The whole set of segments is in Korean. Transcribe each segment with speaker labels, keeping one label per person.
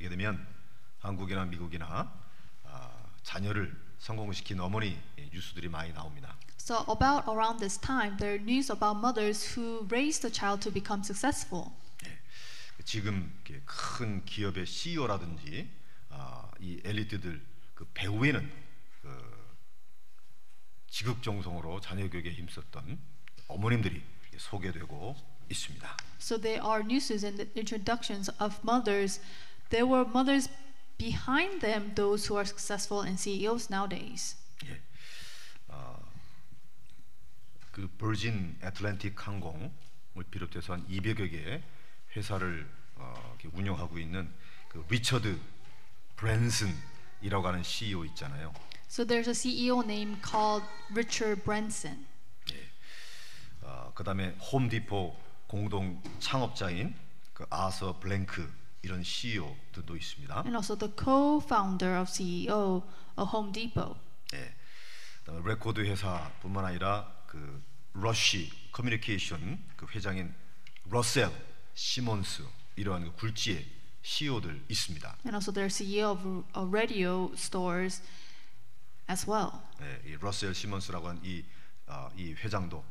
Speaker 1: 들면 한국이나 미국이나 아, 자녀를 성공시킨 어머니 예, 뉴스들이 많이 나옵니다.
Speaker 2: So about around this time, there are news about mothers who raised a child to become successful.
Speaker 1: 지금 이렇게 큰 기업의 CEO라든지 아, 이 엘리트들 그 배후에는 그 지극정성으로 자녀 교육에 힘썼던 어머님들이 소개되고 있습니다.
Speaker 2: So there are news and introductions of mothers. There were mothers behind them, those who are successful and CEOs nowadays.
Speaker 1: 예. 아, 그 버진 애틀랜틱 항공을 비롯해서 한 200여 개의 회사를 어, 이렇게 운영하고 있는 그 리처드 브랜슨이라고 하는 CEO 있잖아요.
Speaker 2: So there's a CEO named called Richard Branson.
Speaker 1: 어, 예. 그다음에 홈디포 공동 창업자인 그 아서 블랭크 이런 CEO들도 있습니다.
Speaker 2: and also the co-founder of CEO of uh, Home Depot.
Speaker 1: 예. 그다음에 레코드 회사뿐만 아니라 그 러쉬 커뮤니케이션 그 회장인 러셀 시몬스 이러한 그 굴지의 CEO들 있습니다.
Speaker 2: And also their CEO of, of radio stores as well.
Speaker 1: 예, 이 러셀 시몬스라고 한 이 아, 이 회장도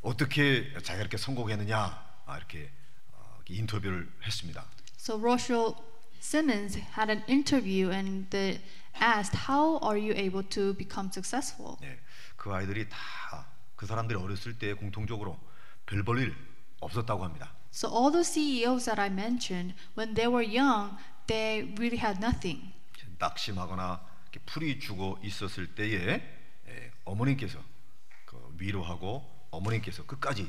Speaker 1: 어떻게 자기가 이렇게 성공했느냐 아, 이렇게 어, 이렇게 인터뷰를 했습니다.
Speaker 2: So Rochelle Simmons had an interview and they asked, how are you able to become successful?
Speaker 1: 예, 그 아이들이 다 그 사람들이 어렸을 때 공통적으로 별 볼 일 없었다고 합니다.
Speaker 2: So all the CEOs that I mentioned, when they were young, they really had nothing.
Speaker 1: 낙심하거나 이렇게 풀이 죽어 있었을 때에 예, 어머님께서 그 위로하고 어머님께서 끝까지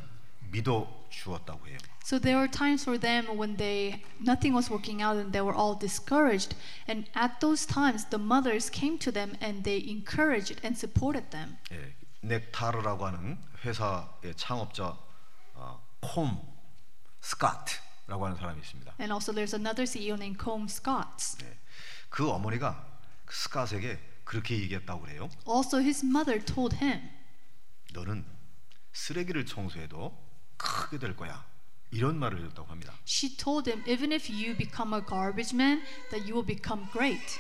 Speaker 1: 믿어 주었다고 해요.
Speaker 2: So there were times for them when they nothing was working out and they were all discouraged. And at those times, the mothers came to them and they encouraged and supported them.
Speaker 1: 예, 넥타르라고 하는 회사의 창업자 어, 콤 스카트라고 하는 사람이 있습니다.
Speaker 2: And also, there's another CEO named Combe Scott.
Speaker 1: 예, 그 어머니가 그 스카트에게 그렇게 얘기했다고 그래요.
Speaker 2: Also, his mother told him,
Speaker 1: 너는 쓰레기를 청소해도 크게 될 거야. 이런 말을 해줬다고 합니다.
Speaker 2: she told him, even if you become a garbage man, that you will become great.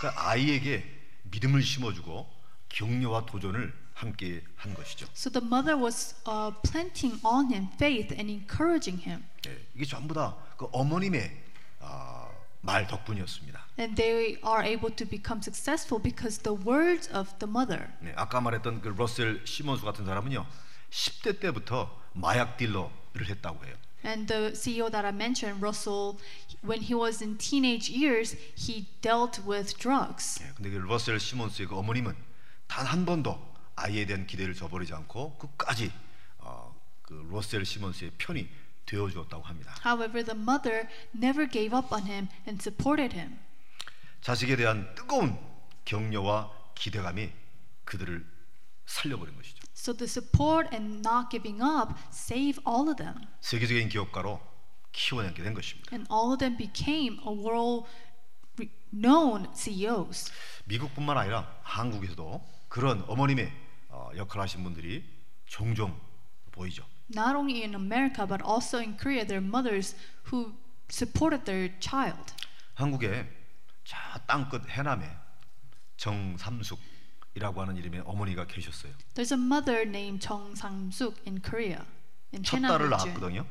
Speaker 1: 그러니까 아이에게 믿음을 심어주고 격려와 도전을 함께 한 것이죠.
Speaker 2: So the mother was uh, planting on him faith and encouraging him.
Speaker 1: 예, 이게 전부 다 그 어머님의 아, 말 덕분이었습니다.
Speaker 2: And they are able to become successful because the words of the mother.
Speaker 1: 네, 아까 말했던 그 러셀 시몬스 같은 사람은요, 10대 때부터 마약 딜러를 했다고 해요.
Speaker 2: And the CEO that I mentioned, Russell, when he was in teenage years, he dealt with drugs.
Speaker 1: 예, 근데 그 러셀 시몬스의 그 어머님은 단 한 번도 아이에 대한 기대를 저버리지 않고 끝까지 어, 그 러셀 시몬스의 편이 되어 주었다고 합니다.
Speaker 2: However, the mother never gave up on him and supported him.
Speaker 1: 자식에 대한 뜨거운 격려와 기대감이 그들을 살려버린 것이죠.
Speaker 2: So the support and not giving up saved all of them.
Speaker 1: 세계적인 기업가로 키워내게 된 것입니다.
Speaker 2: And all of them became a world re- known E CEOs.
Speaker 1: 미국뿐만 아니라 한국에서도 그런 어머님의 어, 역할을 하신 분들이 종종 보이죠.
Speaker 2: Not only in America, but also in Korea, there are mothers who supported their child.
Speaker 1: 한국의 저 땅끝 해남에 정삼숙이라고 하는 이름의 어머니가 계셨어요.
Speaker 2: There's a mother named Chong Sang-suk in Korea, in
Speaker 1: 첫
Speaker 2: Henan
Speaker 1: 딸을
Speaker 2: region.
Speaker 1: 낳았거든요.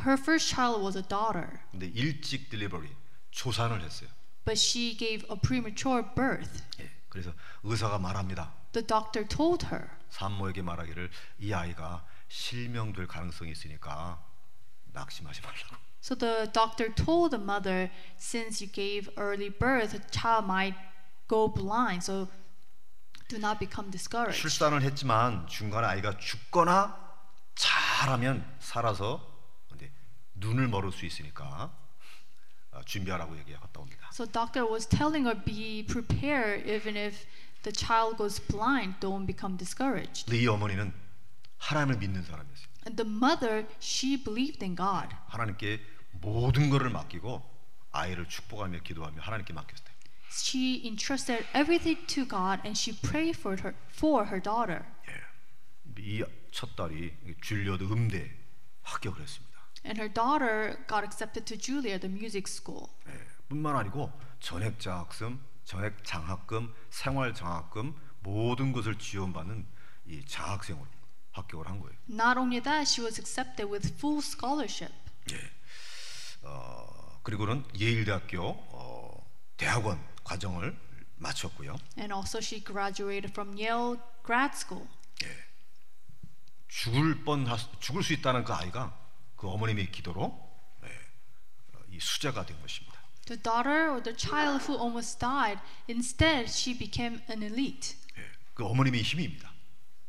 Speaker 2: Her first child was a daughter,
Speaker 1: 근데 일찍 딜리버리 조산을 했어요.
Speaker 2: but she gave a premature birth.
Speaker 1: 예, 그래서 의사가 말합니다.
Speaker 2: The doctor told her,
Speaker 1: 산모에게 말하기를 이 아이가 실명될 가능성이 있으니까 낙심하지 말라고.
Speaker 2: so the doctor told the mother, since you gave early birth, the child might go blind, so do not become discouraged.
Speaker 1: 출산을 했지만 중간에 아이가 죽거나 잘하면 살아서 근데 눈을 멀을 수 있으니까 어, 준비하라고 얘기해 갔다 옵니다.
Speaker 2: So doctor was telling her, be prepared, even if the child goes blind, don't become discouraged.
Speaker 1: 근데 이 어머니는 하나님을 믿는 사람이었어요.
Speaker 2: And the mother, she believed in God.
Speaker 1: 하나님께 모든 것을 맡기고 아이를 축복하며 기도하며 하나님께 맡겼어요.
Speaker 2: She entrusted everything to God and she prayed for her for her daughter.
Speaker 1: 이첫 딸이 줄리어드 음대 합격을 했습니다.
Speaker 2: And her daughter got accepted to Juilliard, the music school.
Speaker 1: 예, 뿐만 아니고 전액 장학금, 전액 장학금, 생활 장학금 모든 것을 지원받는 이 장학생으로 합격을 한 거예요.
Speaker 2: Not only that, she was accepted with full scholarship.
Speaker 1: 예. 어, 그리고는 예일대학교 어, 대학원 과정을 마쳤고요.
Speaker 2: And also, she graduated from Yale grad school.
Speaker 1: 예. 죽을 뻔 죽을 수 있다는 그 아이가 그 어머님의 기도로 예, 어, 이 수제가 된 것입니다.
Speaker 2: The daughter or the child who almost died, instead, she became an elite.
Speaker 1: 예, 그 어머님의 힘입니다.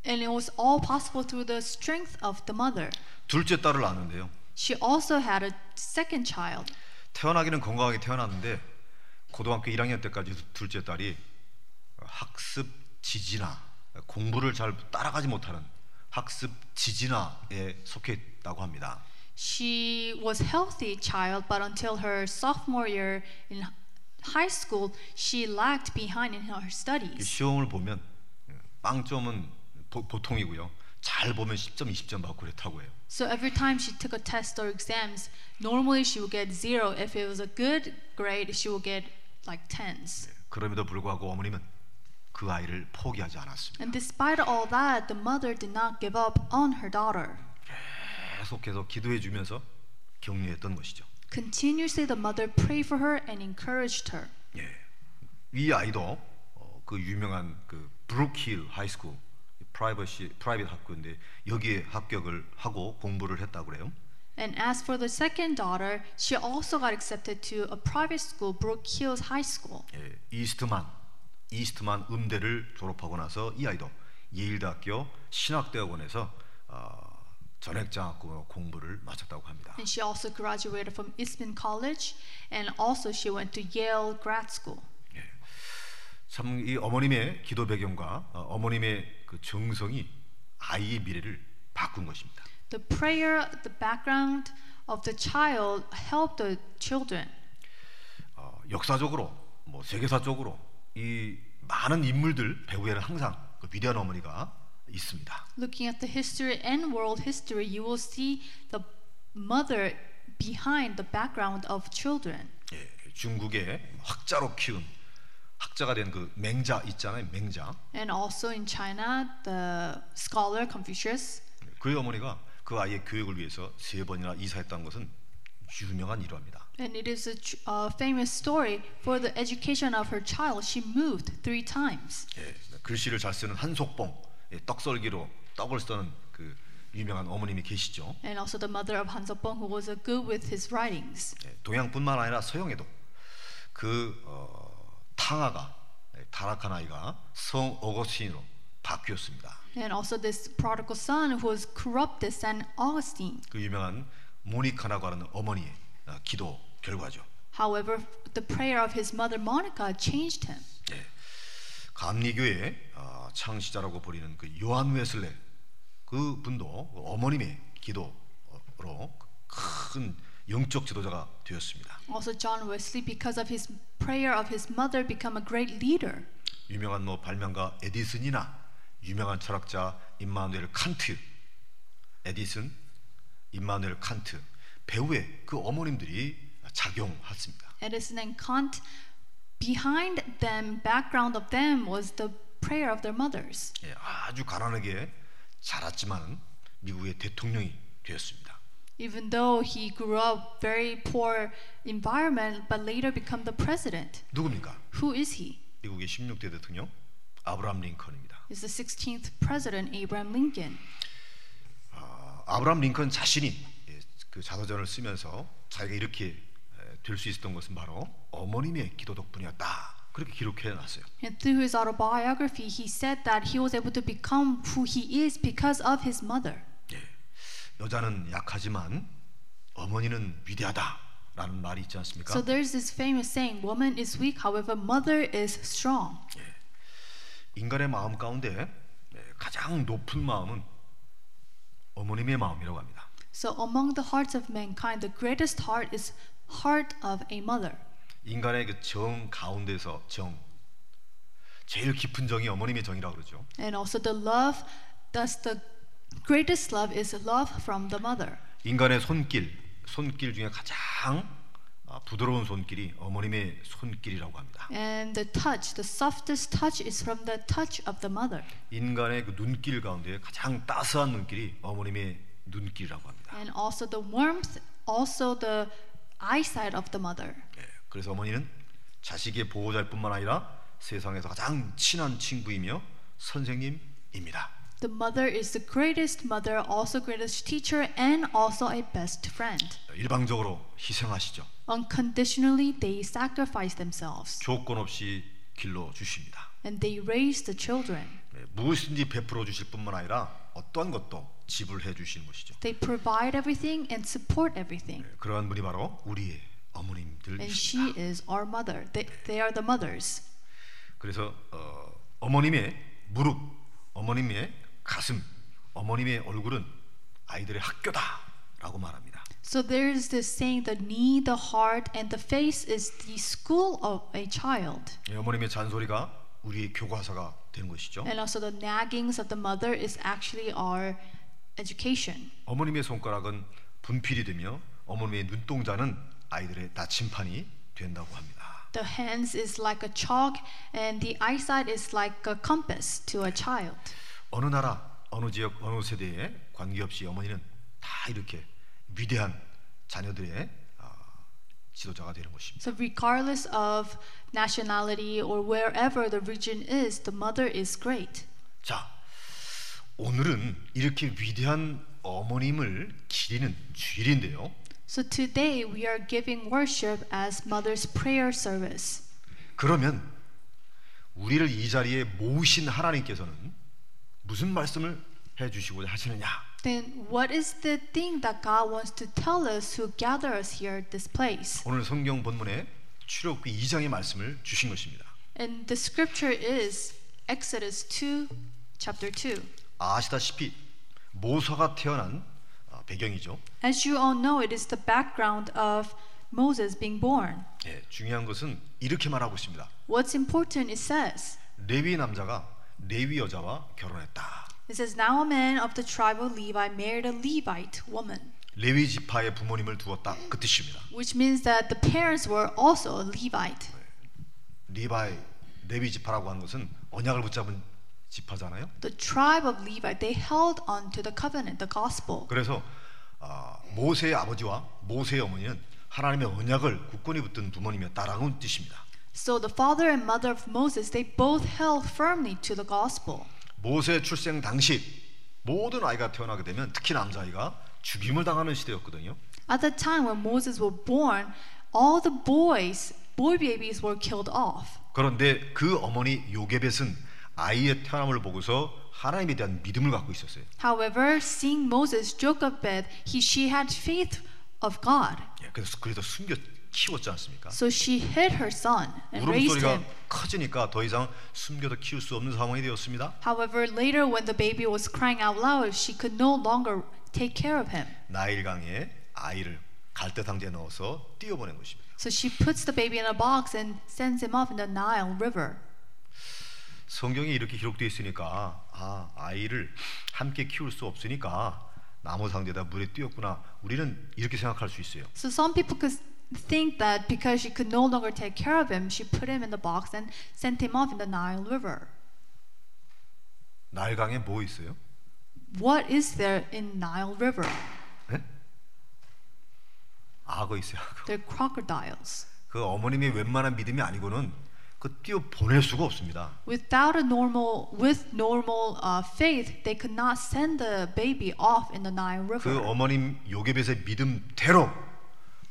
Speaker 2: And it was all possible through the strength of the mother.
Speaker 1: 둘째 딸을 낳는데요.
Speaker 2: She also had a second child.
Speaker 1: 태어나기는 건강하게 태어났는데 고등학교 1학년 때까지 둘째 딸이 학습 지지나 공부를 잘 따라가지 못하는 학습 지지나에 속해 있다고 합니다.
Speaker 2: She was healthy child, but until her sophomore year in h- high school, she lagged behind in her
Speaker 1: 이
Speaker 2: studies.
Speaker 1: 시험을 보면 예, 빵점은 보, 보통이고요. 잘 보면 10점, 20점 받고 그랬다고 해요.
Speaker 2: So every time she took a test or exams, normally she would get zero. If it was a good grade, she would get like tens.
Speaker 1: 그럼에도 불구하고 어머님은 그 아이를 포기하지 않았습니다.
Speaker 2: And despite all that, the mother did not give up on her daughter.
Speaker 1: 계속해서 기도해 주면서 격려했던 것이죠.
Speaker 2: Continuously, the mother prayed for her and encouraged her.
Speaker 1: 예. 이 아이도 어, 그 유명한 그 브룩힐 하이스쿨 프라이버시 프라이빗 학교인데 여기에 합격을 하고 공부를 했다고 그래요.
Speaker 2: And as for the second daughter, she also got accepted to a private school, Brook Hills High School.
Speaker 1: 예, 이스트만 이스트만 음대를 졸업하고 나서 이 아이도 예일대학교 신학대학원에서 어, 전액장학금 공부를 마쳤다고 합니다.
Speaker 2: And she also graduated from Eastman College, and also she went to Yale grad school.
Speaker 1: 참 이 어머님의 기도 배경과 어, 어머님의 그 정성이 아이의 미래를 바꾼 것입니다.
Speaker 2: The prayer, the background of the child helped the children.
Speaker 1: 어, 역사적으로 뭐 세계사적으로 이 많은 인물들 배후에는 항상 그 위대한 어머니가 있습니다.
Speaker 2: Looking at the history and world history, you will see the mother behind the background of children.
Speaker 1: 예, 중국의 학자로 키운 학자가 된 그 맹자 있잖아요, 맹자.
Speaker 2: And also in China, the scholar Confucius
Speaker 1: 그의 어머니가 그 아이의 교육을 위해서 세 번이나 이사했다는 것은 유명한 일화입니다.
Speaker 2: And it is a tr- uh, famous story for the education of her child. She moved three times.
Speaker 1: 예, 글씨를 잘 쓰는 한속봉, 예, 떡썰기로 떡을 써는 그 유명한 어머님이 계시죠.
Speaker 2: And also the mother of Han Zopong, who was uh, good with his writings.
Speaker 1: 예, 동양뿐만 아니라 서양에도 그 어, 탕아가 예, 타락한 아이가 성 어거스틴으로 바뀌었습니다.
Speaker 2: And also this prodigal son who was corrupted, St. Augustine.
Speaker 1: 그 유명한 모니카라고 하는 어머니의 어, 기도 결과죠.
Speaker 2: However, the prayer of his mother Monica changed him.
Speaker 1: 예. 감리교의 어, 창시자라고 불리는 그 요한 웨슬레 그 분도 어머님의 기도로 큰 영적 지도자가 되었습니다.
Speaker 2: Also, John Wesley, because of his prayer of his mother, become a great leader.
Speaker 1: 유명한 뭐 발명가 에디슨이나 유명한 철학자 임마누엘 칸트, 에디슨, 임마누엘 칸트 배우의 그 어머님들이 작용했습니다.
Speaker 2: Edison and Kant, behind them, background of them was the prayer of their mothers.
Speaker 1: 예, 아주 가난하게 자랐지만 미국의 대통령이 되었습니다.
Speaker 2: even though he grew up very poor environment but later become the president
Speaker 1: 누굽니까?
Speaker 2: who is he
Speaker 1: 미국의 16대 대통령 아브라함 링컨입니다.
Speaker 2: is the 16th president abraham lincoln
Speaker 1: 아, 아브라함 링컨 자신이 예, 그 자서전을 쓰면서 자기가 이렇게 될 수 있었던 것은 바로 어머님의 기도 덕분이었다. 그렇게 기록해 놨어요.
Speaker 2: and through his autobiography he said that he was able to become who he is because of his mother
Speaker 1: 예. 여자는 약하지만 어머니는 위대하다라는 말이 있지 않습니까?
Speaker 2: so there's this famous saying woman is weak however mother is strong
Speaker 1: 인간의 마음 가운데 예, 가장 높은 마음은 어머님의 마음이라고 합니다.
Speaker 2: so among the hearts of mankind the greatest heart is heart of a mother
Speaker 1: 인간의 그 정 가운데서 정 제일 깊은 정이 어머님의 정이라고 그러죠.
Speaker 2: and also the love thus the greatest love is love from the mother
Speaker 1: 인간의 손길 손길 중에 가장 아, 부드러운 손길이 어머님의 손길이라고 합니다.
Speaker 2: And the touch, the softest touch, is from the touch of the mother.
Speaker 1: 인간의 그 눈길 가운데 가장 따스한 눈길이 어머님의 눈길이라고 합니다.
Speaker 2: And also the warmth, also the eyesight of the mother.
Speaker 1: 예, 그래서 어머니는 자식의 보호자일 뿐만 아니라 세상에서 가장 친한 친구이며 선생님입니다.
Speaker 2: The mother is the greatest mother, also greatest teacher, and also a best friend.
Speaker 1: 일방적으로 희생하시죠.
Speaker 2: Unconditionally, they sacrifice themselves
Speaker 1: 조건 없이 길러 주십니다.
Speaker 2: and they raise the children.
Speaker 1: 예, 무엇인지 베풀어 주실 뿐만 아니라 어떠한 것도 지불해 주시는 것이죠.
Speaker 2: They provide everything and support everything.
Speaker 1: 예, 그러한 분이 바로 우리의
Speaker 2: And she
Speaker 1: 어머님들이십니다.
Speaker 2: is our mother. They, they are the mothers.
Speaker 1: 그래서 어, 어머님의 무릎, 어머님의 가슴, 어머님의 얼굴은 아이들의 학교다라고 말합니다.
Speaker 2: So there is this saying the knee, the heart, and the face is the school of a child.
Speaker 1: 예, 어머님의 잔소리가 우리의 교과서가 되는 것이죠.
Speaker 2: And also the naggings of the mother is actually our education.
Speaker 1: 어머님의 손가락은 분필이 되며 어머님의 눈동자는 아이들의 나침판이 된다고 합니다.
Speaker 2: The hands is like a chalk and the eyesight is like a compass to a child.
Speaker 1: 어느 나라, 어느 지역, 어느 세대에 관계없이 어머니는 다 이렇게 위대한 자녀들의 아, 지도자가 되는 것입니다.
Speaker 2: So regardless of nationality or wherever the region is, the mother is great.
Speaker 1: 자, 오늘은 이렇게 위대한 어머님을 기리는 주일인데요.
Speaker 2: So today we are giving worship as mother's prayer service.
Speaker 1: 그러면 우리를 이 자리에 모으신 하나님께서는 무슨 말씀을 해주시고자 하시느냐?
Speaker 2: Then what is the thing that God wants to tell us who gather us here at this place?
Speaker 1: 오늘 성경 본문에 출애굽기 2장의 말씀을 주신 것입니다.
Speaker 2: And the scripture is Exodus 2 chapter 2.
Speaker 1: 아시다시피 모세가 태어난 아, 배경이죠.
Speaker 2: As you all know, it is the background of Moses being born.
Speaker 1: 예, 중요한 것은 이렇게 말하고 있습니다.
Speaker 2: What's important it says.
Speaker 1: 레위 남자가 레위 여자와 결혼했다.
Speaker 2: It says now a man of the tribe of Levi married a Levite woman,
Speaker 1: 레위 지파의 부모님을 두었다. 그 뜻입니다.
Speaker 2: which means that the parents were also a Levite.
Speaker 1: 리바의 레위 지파라고 하는 것은 언약을 붙잡은 지파잖아요.
Speaker 2: The tribe of Levi, they held on to the covenant, the gospel.
Speaker 1: 그래서 아, 모세의 아버지와 모세의 어머니는 하나님의 언약을 굳건히 붙든 부모님이었다라는 뜻입니다.
Speaker 2: So the father and mother of Moses, they both held firmly to the gospel.
Speaker 1: 모세 출생 당시 모든 아이가 태어나게 되면 특히 남자아이가 죽임을 당하는 시대였거든요.
Speaker 2: At the time when Moses was born, all the boys, boy babies, were killed off.
Speaker 1: 그런데 그 어머니 요게벳은 아이의 태어남을 보고서 하나님에 대한 믿음을 갖고 있었어요.
Speaker 2: However, seeing Moses Jochebed, he she had faith of God,
Speaker 1: 예, 그래서 그래서 숨겨 키웠지 않습니까?
Speaker 2: so she hid her son and 네, raised
Speaker 1: 울음소리가
Speaker 2: him.
Speaker 1: 커지니까 더 이상 숨겨도 키울 수 없는 상황이 되었습니다.
Speaker 2: However, later when the baby was crying out loud, she could no longer take care of him.
Speaker 1: 나일강에 아이를 갈대 상자에 넣어서 뛰어보낸 것입니다.
Speaker 2: So she puts the baby in a box and sends him off in the Nile River.
Speaker 1: 성경에 이렇게 기록되어 있으니까 아 아이를 함께 키울 수 없으니까 나무 상자에다 물에 뛰었구나 우리는 이렇게 생각할 수 있어요.
Speaker 2: So some people could think that because she could no longer take care of him, she put him in the box and sent him off in the Nile River.
Speaker 1: 나일강에 뭐 있어요?
Speaker 2: What is there in Nile River?
Speaker 1: 네? 악어 있어요. 악어.
Speaker 2: They're crocodiles.
Speaker 1: 그 어머님의 웬만한 믿음이 아니고는 그 뛰어 보낼 수가 없습니다.
Speaker 2: Without a normal, with normal uh, faith, they could not send the baby off in the Nile
Speaker 1: 그
Speaker 2: River.
Speaker 1: 어머님 요괴벳의 믿음대로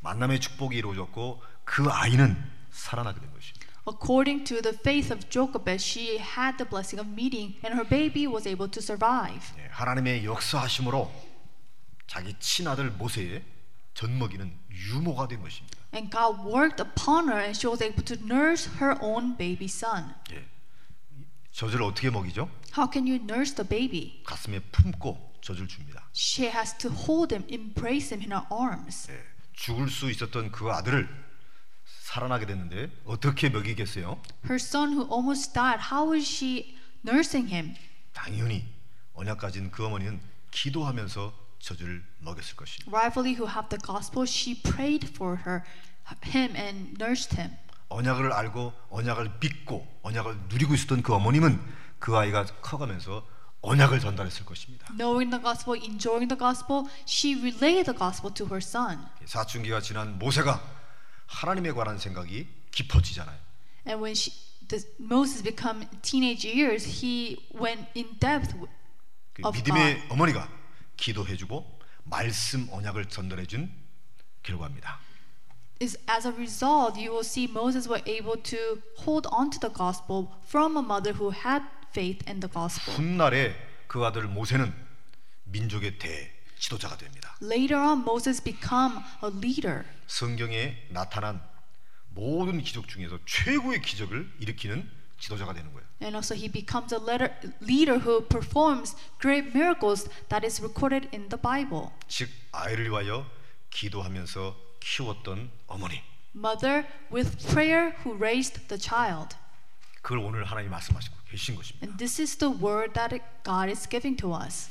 Speaker 1: 만남의 축복이 이루어졌고 그 아이는 살아나게 된 것입니다.
Speaker 2: According to the faith of Jochebed, she had the blessing of meeting, and her baby was able to survive.
Speaker 1: 예, 하나님의 역사하심으로 자기 친아들 모세의 젖먹이는 유모가 된 것입니다.
Speaker 2: And God worked upon her, and she was able to nurse her own baby son.
Speaker 1: 예. 젖을 어떻게 먹이죠?
Speaker 2: How can you nurse the baby?
Speaker 1: 가슴에 품고 젖을 줍니다.
Speaker 2: She has to hold him, embrace him in her arms.
Speaker 1: 예. 죽을 수 있었던 그 아들을 살아나게 됐는데 어떻게 먹이겠어요?
Speaker 2: Her son, who almost died, how is she nursing him?
Speaker 1: 당연히 언약 가진 그 어머니는 기도하면서 젖을 먹였을 것입니다.
Speaker 2: Rivalry who have the gospel, she prayed for her him and nursed him.
Speaker 1: 언약을 알고 언약을 믿고 언약을 누리고 있었던 그 어머님은 그 아이가 커가면서 언약을 전달했을 것입니다.
Speaker 2: Knowing the gospel, enjoying the gospel, she relayed the gospel to her son.
Speaker 1: 사춘기가 지난 모세가 하나님에 관한 생각이 깊어지잖아요.
Speaker 2: And when she, the, Moses become teenage years, he went in depth w-
Speaker 1: 그
Speaker 2: of God.
Speaker 1: 믿음의 어머니가 기도해주고 말씀 언약을 전달해준 결과입니다.
Speaker 2: Is as a result, you will see Moses were able to hold on to the gospel from a mother who had faith in the gospel.
Speaker 1: 훗날에 그 아들 모세는 민족의 대 지도자가 됩니다.
Speaker 2: Later on, Moses become a leader.
Speaker 1: 성경에 나타난 모든 기적 중에서 최고의 기적을 일으키는 지도자가 되는 거예요.
Speaker 2: And also, he becomes a letter, leader who performs great miracles that is recorded in the Bible.
Speaker 1: 즉 아이를 위하여 기도하면서 키웠던 어머니.
Speaker 2: Mother with prayer who raised the child.
Speaker 1: 그걸 오늘 하나님 말씀하시고 계신 것입니다.
Speaker 2: And this is the word that it- God is giving to us.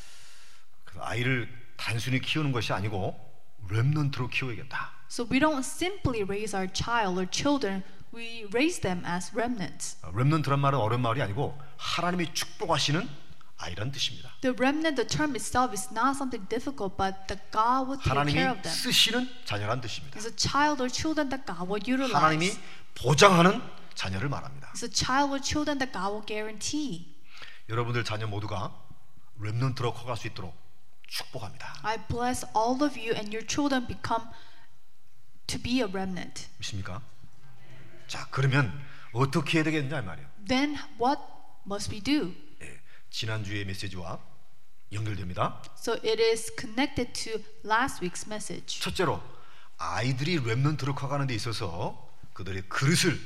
Speaker 1: 그래서 아이를 단순히 키우는 것이 아니고 렘넌트로 키워야겠다.
Speaker 2: So we don't simply raise our child or children, we raise them as remnants.
Speaker 1: 렘넌트란 말은 어려운 말이 아니고 하나님이 축복하시는 아이란 뜻입니다.
Speaker 2: The remnant, the term itself, is not something difficult, but that God will take care of
Speaker 1: 하나님이
Speaker 2: them.
Speaker 1: 쓰시는 자녀란 뜻입니다.
Speaker 2: It's a child or children that God will
Speaker 1: 하나님이
Speaker 2: utilize.
Speaker 1: 보장하는 자녀를 말합니다.
Speaker 2: It's a child or children that God will guarantee.
Speaker 1: 여러분들 자녀 모두가 렘넌트로 커갈 수 있도록 축복합니다.
Speaker 2: I bless all of you and your children become to be a remnant.
Speaker 1: 믿습니까? 자, 그러면 어떻게 해야 되겠냐 이 말이에요.
Speaker 2: Then what must we do?
Speaker 1: 예, 지난주의 메시지와 연결됩니다.
Speaker 2: So it is connected to last week's message.
Speaker 1: 첫째로 아이들이 렘넌트로 커가는 데 있어서 그들의 그릇을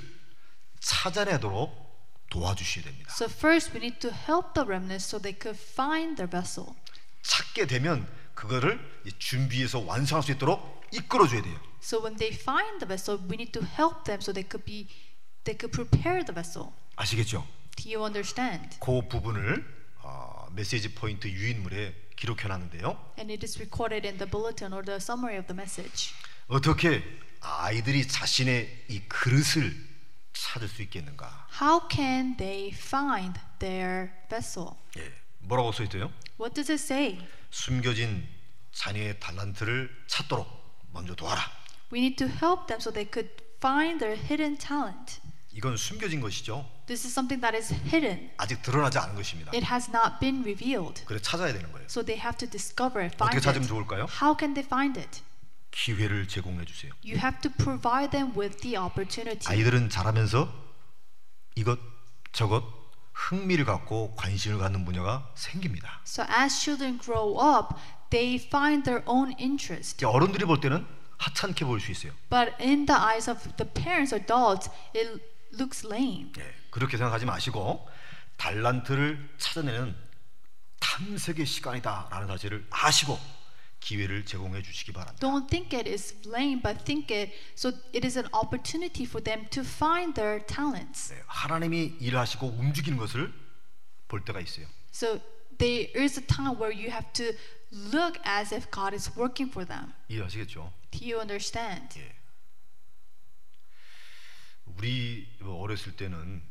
Speaker 1: 찾아내도록 도와주셔야 됩니다.
Speaker 2: So first we need to help the remnants so they could find their vessel.
Speaker 1: 찾게 되면 그거를 이 준비해서 완성할 수 있도록 이끌어줘야 돼요.
Speaker 2: So when they find the vessel, we need to help them so they could be they could prepare the vessel.
Speaker 1: 아시겠죠?
Speaker 2: Do you understand?
Speaker 1: 그 부분을 어, 메시지 포인트 유인물에 기록해놨는데요.
Speaker 2: And it is recorded in the bulletin or the summary of the message.
Speaker 1: 어떻게 아이들이 자신의 이 그릇을 찾을 수 있겠는가?
Speaker 2: How can they find their vessel?
Speaker 1: 예, 뭐라고 써있대요?
Speaker 2: What does it say?
Speaker 1: 숨겨진 자녀의 달란트를 찾도록 먼저 도와라.
Speaker 2: We need to help them so they could find their hidden talent.
Speaker 1: 이건 숨겨진 것이죠.
Speaker 2: This is something that is hidden.
Speaker 1: 아직 드러나지 않은 것입니다.
Speaker 2: It has not been revealed.
Speaker 1: 그래 찾아야 되는 거예요.
Speaker 2: So they have to discover it, find
Speaker 1: 어떻게 찾으면
Speaker 2: it.
Speaker 1: 좋을까요?
Speaker 2: How can they find it?
Speaker 1: 기회를 제공해 주세요.
Speaker 2: You have to provide them with the opportunity.
Speaker 1: 아이들은 자라면서 이것 저것 흥미를 갖고 관심을 갖는 분야가 생깁니다.
Speaker 2: So as children grow up, they find their own interest.
Speaker 1: 이제 어른들이 볼 때는 하찮게 보일 수 있어요.
Speaker 2: But in the eyes of the parents, adults, it looks lame.
Speaker 1: 예, 그렇게 생각하지 마시고 달란트를 찾아내는 탐색의 시간이다라는 사실을 아시고 기회를 제공해 주시기 바랍니다.
Speaker 2: Don't think it is lame, but think it so it is an opportunity for them to find their talents.
Speaker 1: 네, 하나님이 일하시고 움직이는 것을 볼 때가 있어요.
Speaker 2: So there is a time where you have to look as if God is working for them.
Speaker 1: 이해하시겠죠?
Speaker 2: Do you understand?
Speaker 1: 예. 우리 뭐 어렸을 때는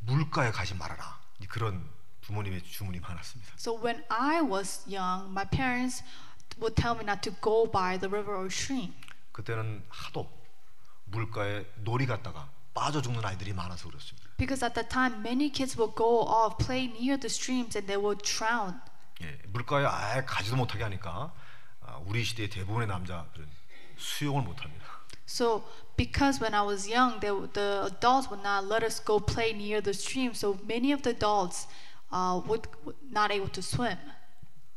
Speaker 1: 물가에 가지 말아라 그런 부모님의 주문이 많았습니다.
Speaker 2: So when I was young, my parents would tell me not to go by the river or stream.
Speaker 1: 그때는 하도 물가에 놀이 갔다가 빠져 죽는 아이들이 많아서 그렇습니다.
Speaker 2: Because at that time, many kids would go off, play near the streams, and they would drown.
Speaker 1: 예, 물가에 아예 가지도 못하게 하니까 아, 우리 시대의 대부분의 남자들은 수용을 못합니다.
Speaker 2: So because when I was young, they, would- the adults would not let us go play near the stream. So many of the adults uh, would, would not able to swim.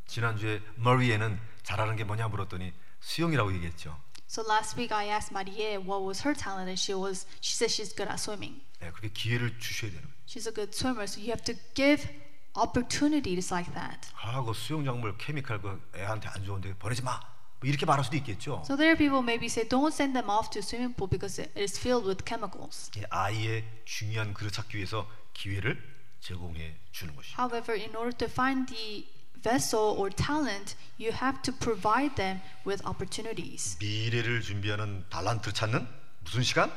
Speaker 1: 지난주에 머리에는 잘하는 게 뭐냐 물었더니 수영이라고 얘기했죠.
Speaker 2: So last week I asked Marie what was her talent, and she was she said she's good at swimming.
Speaker 1: 예, 그렇게 기회를 주셔야 되는 거예요.
Speaker 2: She's a good swimmer, so you have to give opportunities like that.
Speaker 1: 아, 그 수영장물 케미칼 그 애한테 안 좋은데 버리지 마. 뭐 이렇게 말할 수도 있겠죠.
Speaker 2: So there are people maybe say don't send them off to swimming pool because it is filled with chemicals.
Speaker 1: 예, 아이의 중요한 그릇 찾기 위해서 기회를 제공해 주는 것입니다.
Speaker 2: However, in order to find the vessel or talent, you have to provide them with opportunities.
Speaker 1: 미래를 준비하는 달란트를 찾는 무슨 시간?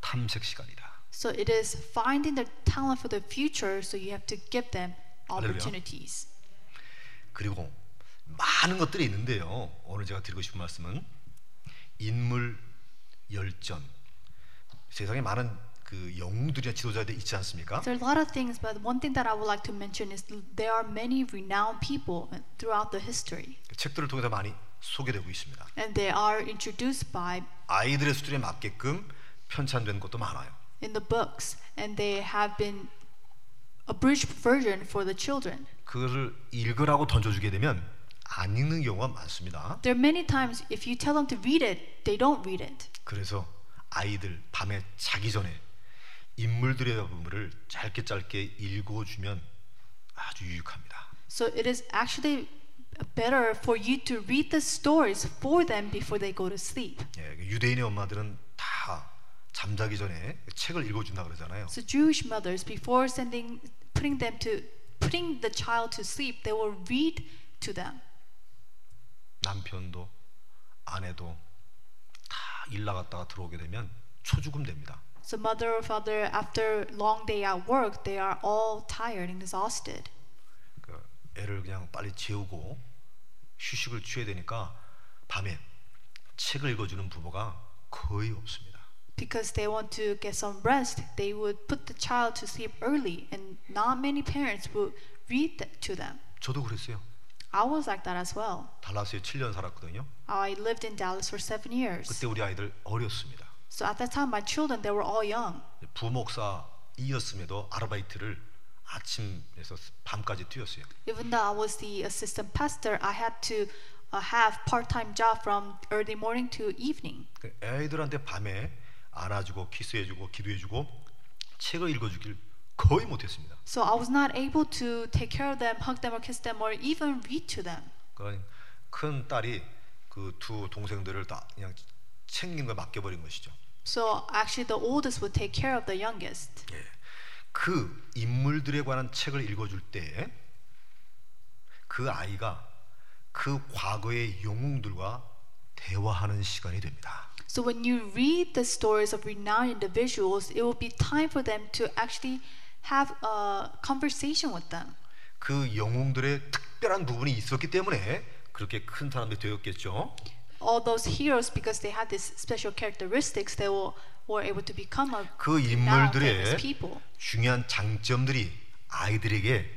Speaker 1: 탐색 시간이다.
Speaker 2: So it is finding the talent for the future, so you have to give them
Speaker 1: Hallelujah.
Speaker 2: opportunities.
Speaker 1: 그리고 많은 것들이 있는데요. 오늘 제가 드리고 싶은 말씀은 인물 열전. 세상에 많은 그 영웅들이나 지도자들이 있지 않습니까?
Speaker 2: There are a lot of things, but one thing that I would like to mention is there are many renowned people throughout the history,
Speaker 1: 책들을 통해서 많이 소개되고 있습니다.
Speaker 2: and they are introduced by
Speaker 1: 아이들의 수준에 맞게끔 편찬된 것도 많아요.
Speaker 2: in the books, and they have been abridged version for the children.
Speaker 1: 그것을 읽으라고 던져주게 되면 안 읽는 경우가 많습니다.
Speaker 2: There are many times if you tell them to read it, they don't read it.
Speaker 1: 그래서 아이들 밤에 자기 전에 인물들의 부분을 짧게 짧게 읽어주면 아주 유익합니다.
Speaker 2: So it is actually better for you to read the stories for them before they go to sleep.
Speaker 1: 예, 그 유대인의 엄마들은 다 잠자기 전에 책을 읽어준다 그러잖아요.
Speaker 2: So Jewish mothers, before sending, putting them to, putting the child to sleep, they will read to them.
Speaker 1: 남편도 아내도 다 일 나갔다가 들어오게 되면 초죽음 됩니다.
Speaker 2: So mother or father, after long day at work, they are all tired and exhausted.
Speaker 1: 그 애를 그냥 빨리 재우고 휴식을 취해야 되니까 밤에 책을 읽어주는 부부가 거의 없습니다.
Speaker 2: Because they want to get some rest, they would put the child to sleep early, and not many parents would read th- to them.
Speaker 1: 저도 그랬어요.
Speaker 2: I was like that as well.
Speaker 1: 달라스에 7년 살았거든요.
Speaker 2: I lived in Dallas for seven years.
Speaker 1: 그때 우리 아이들 어렸습니다.
Speaker 2: So at that time, my children, they were all young.
Speaker 1: 부목사이었음에도 아르바이트를 아침에서 밤까지 뛰었어요.
Speaker 2: Even though I was the assistant pastor, I had to uh, have part-time job from early morning to evening.
Speaker 1: 그 애들한테 밤에 안아주고 키스해주고 기도해주고 책을 읽어주길 거의 못했습니다.
Speaker 2: So I was not able to take care of them, hug them, or kiss them, or even read to them.
Speaker 1: 그러니까 큰 딸이 그 두 동생들을 다 그냥 챙긴 걸 맡겨버린 것이죠.
Speaker 2: So actually, the oldest would take care of the youngest.
Speaker 1: 예. 그 인물들에 관한 책을 읽어줄 때 그 아이가 그 과거의 영웅들과 대화하는 시간이 됩니다.
Speaker 2: So when you read the stories of renowned individuals, it will be time for them to actually have a conversation with them.
Speaker 1: 그 영웅들의 특별한 부분이 있었기 때문에 그렇게 큰 사람들이 되었겠죠.
Speaker 2: All those heroes, because they had these special characteristics, they will, were able to become a
Speaker 1: 그
Speaker 2: now famous
Speaker 1: 인물들의
Speaker 2: people.
Speaker 1: 중요한 장점들이 아이들에게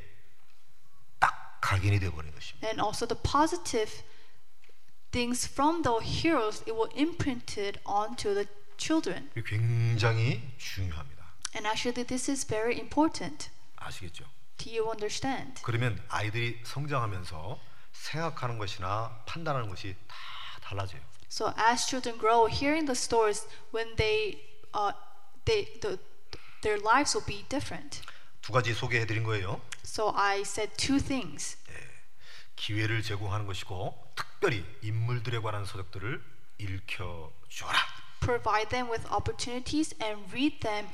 Speaker 1: 딱 각인이 되어버린 것입니다.
Speaker 2: and also the positive things from the heroes it will imprinted onto the children
Speaker 1: 이게 굉장히 중요합니다.
Speaker 2: and actually this is very important
Speaker 1: 아시겠죠?
Speaker 2: do you understand
Speaker 1: 그러면 아이들이 성장하면서 생각하는 것이나 판단하는 것이 다 달라져요.
Speaker 2: so as children grow hearing the stories when they uh, they the, their lives will be different
Speaker 1: 두 가지 소개해드린 거예요.
Speaker 2: so i said two things
Speaker 1: 기회를 제공하는 것이고 특별히 인물들에 관한 서적들을 읽혀줘라.
Speaker 2: provide them with opportunities and read them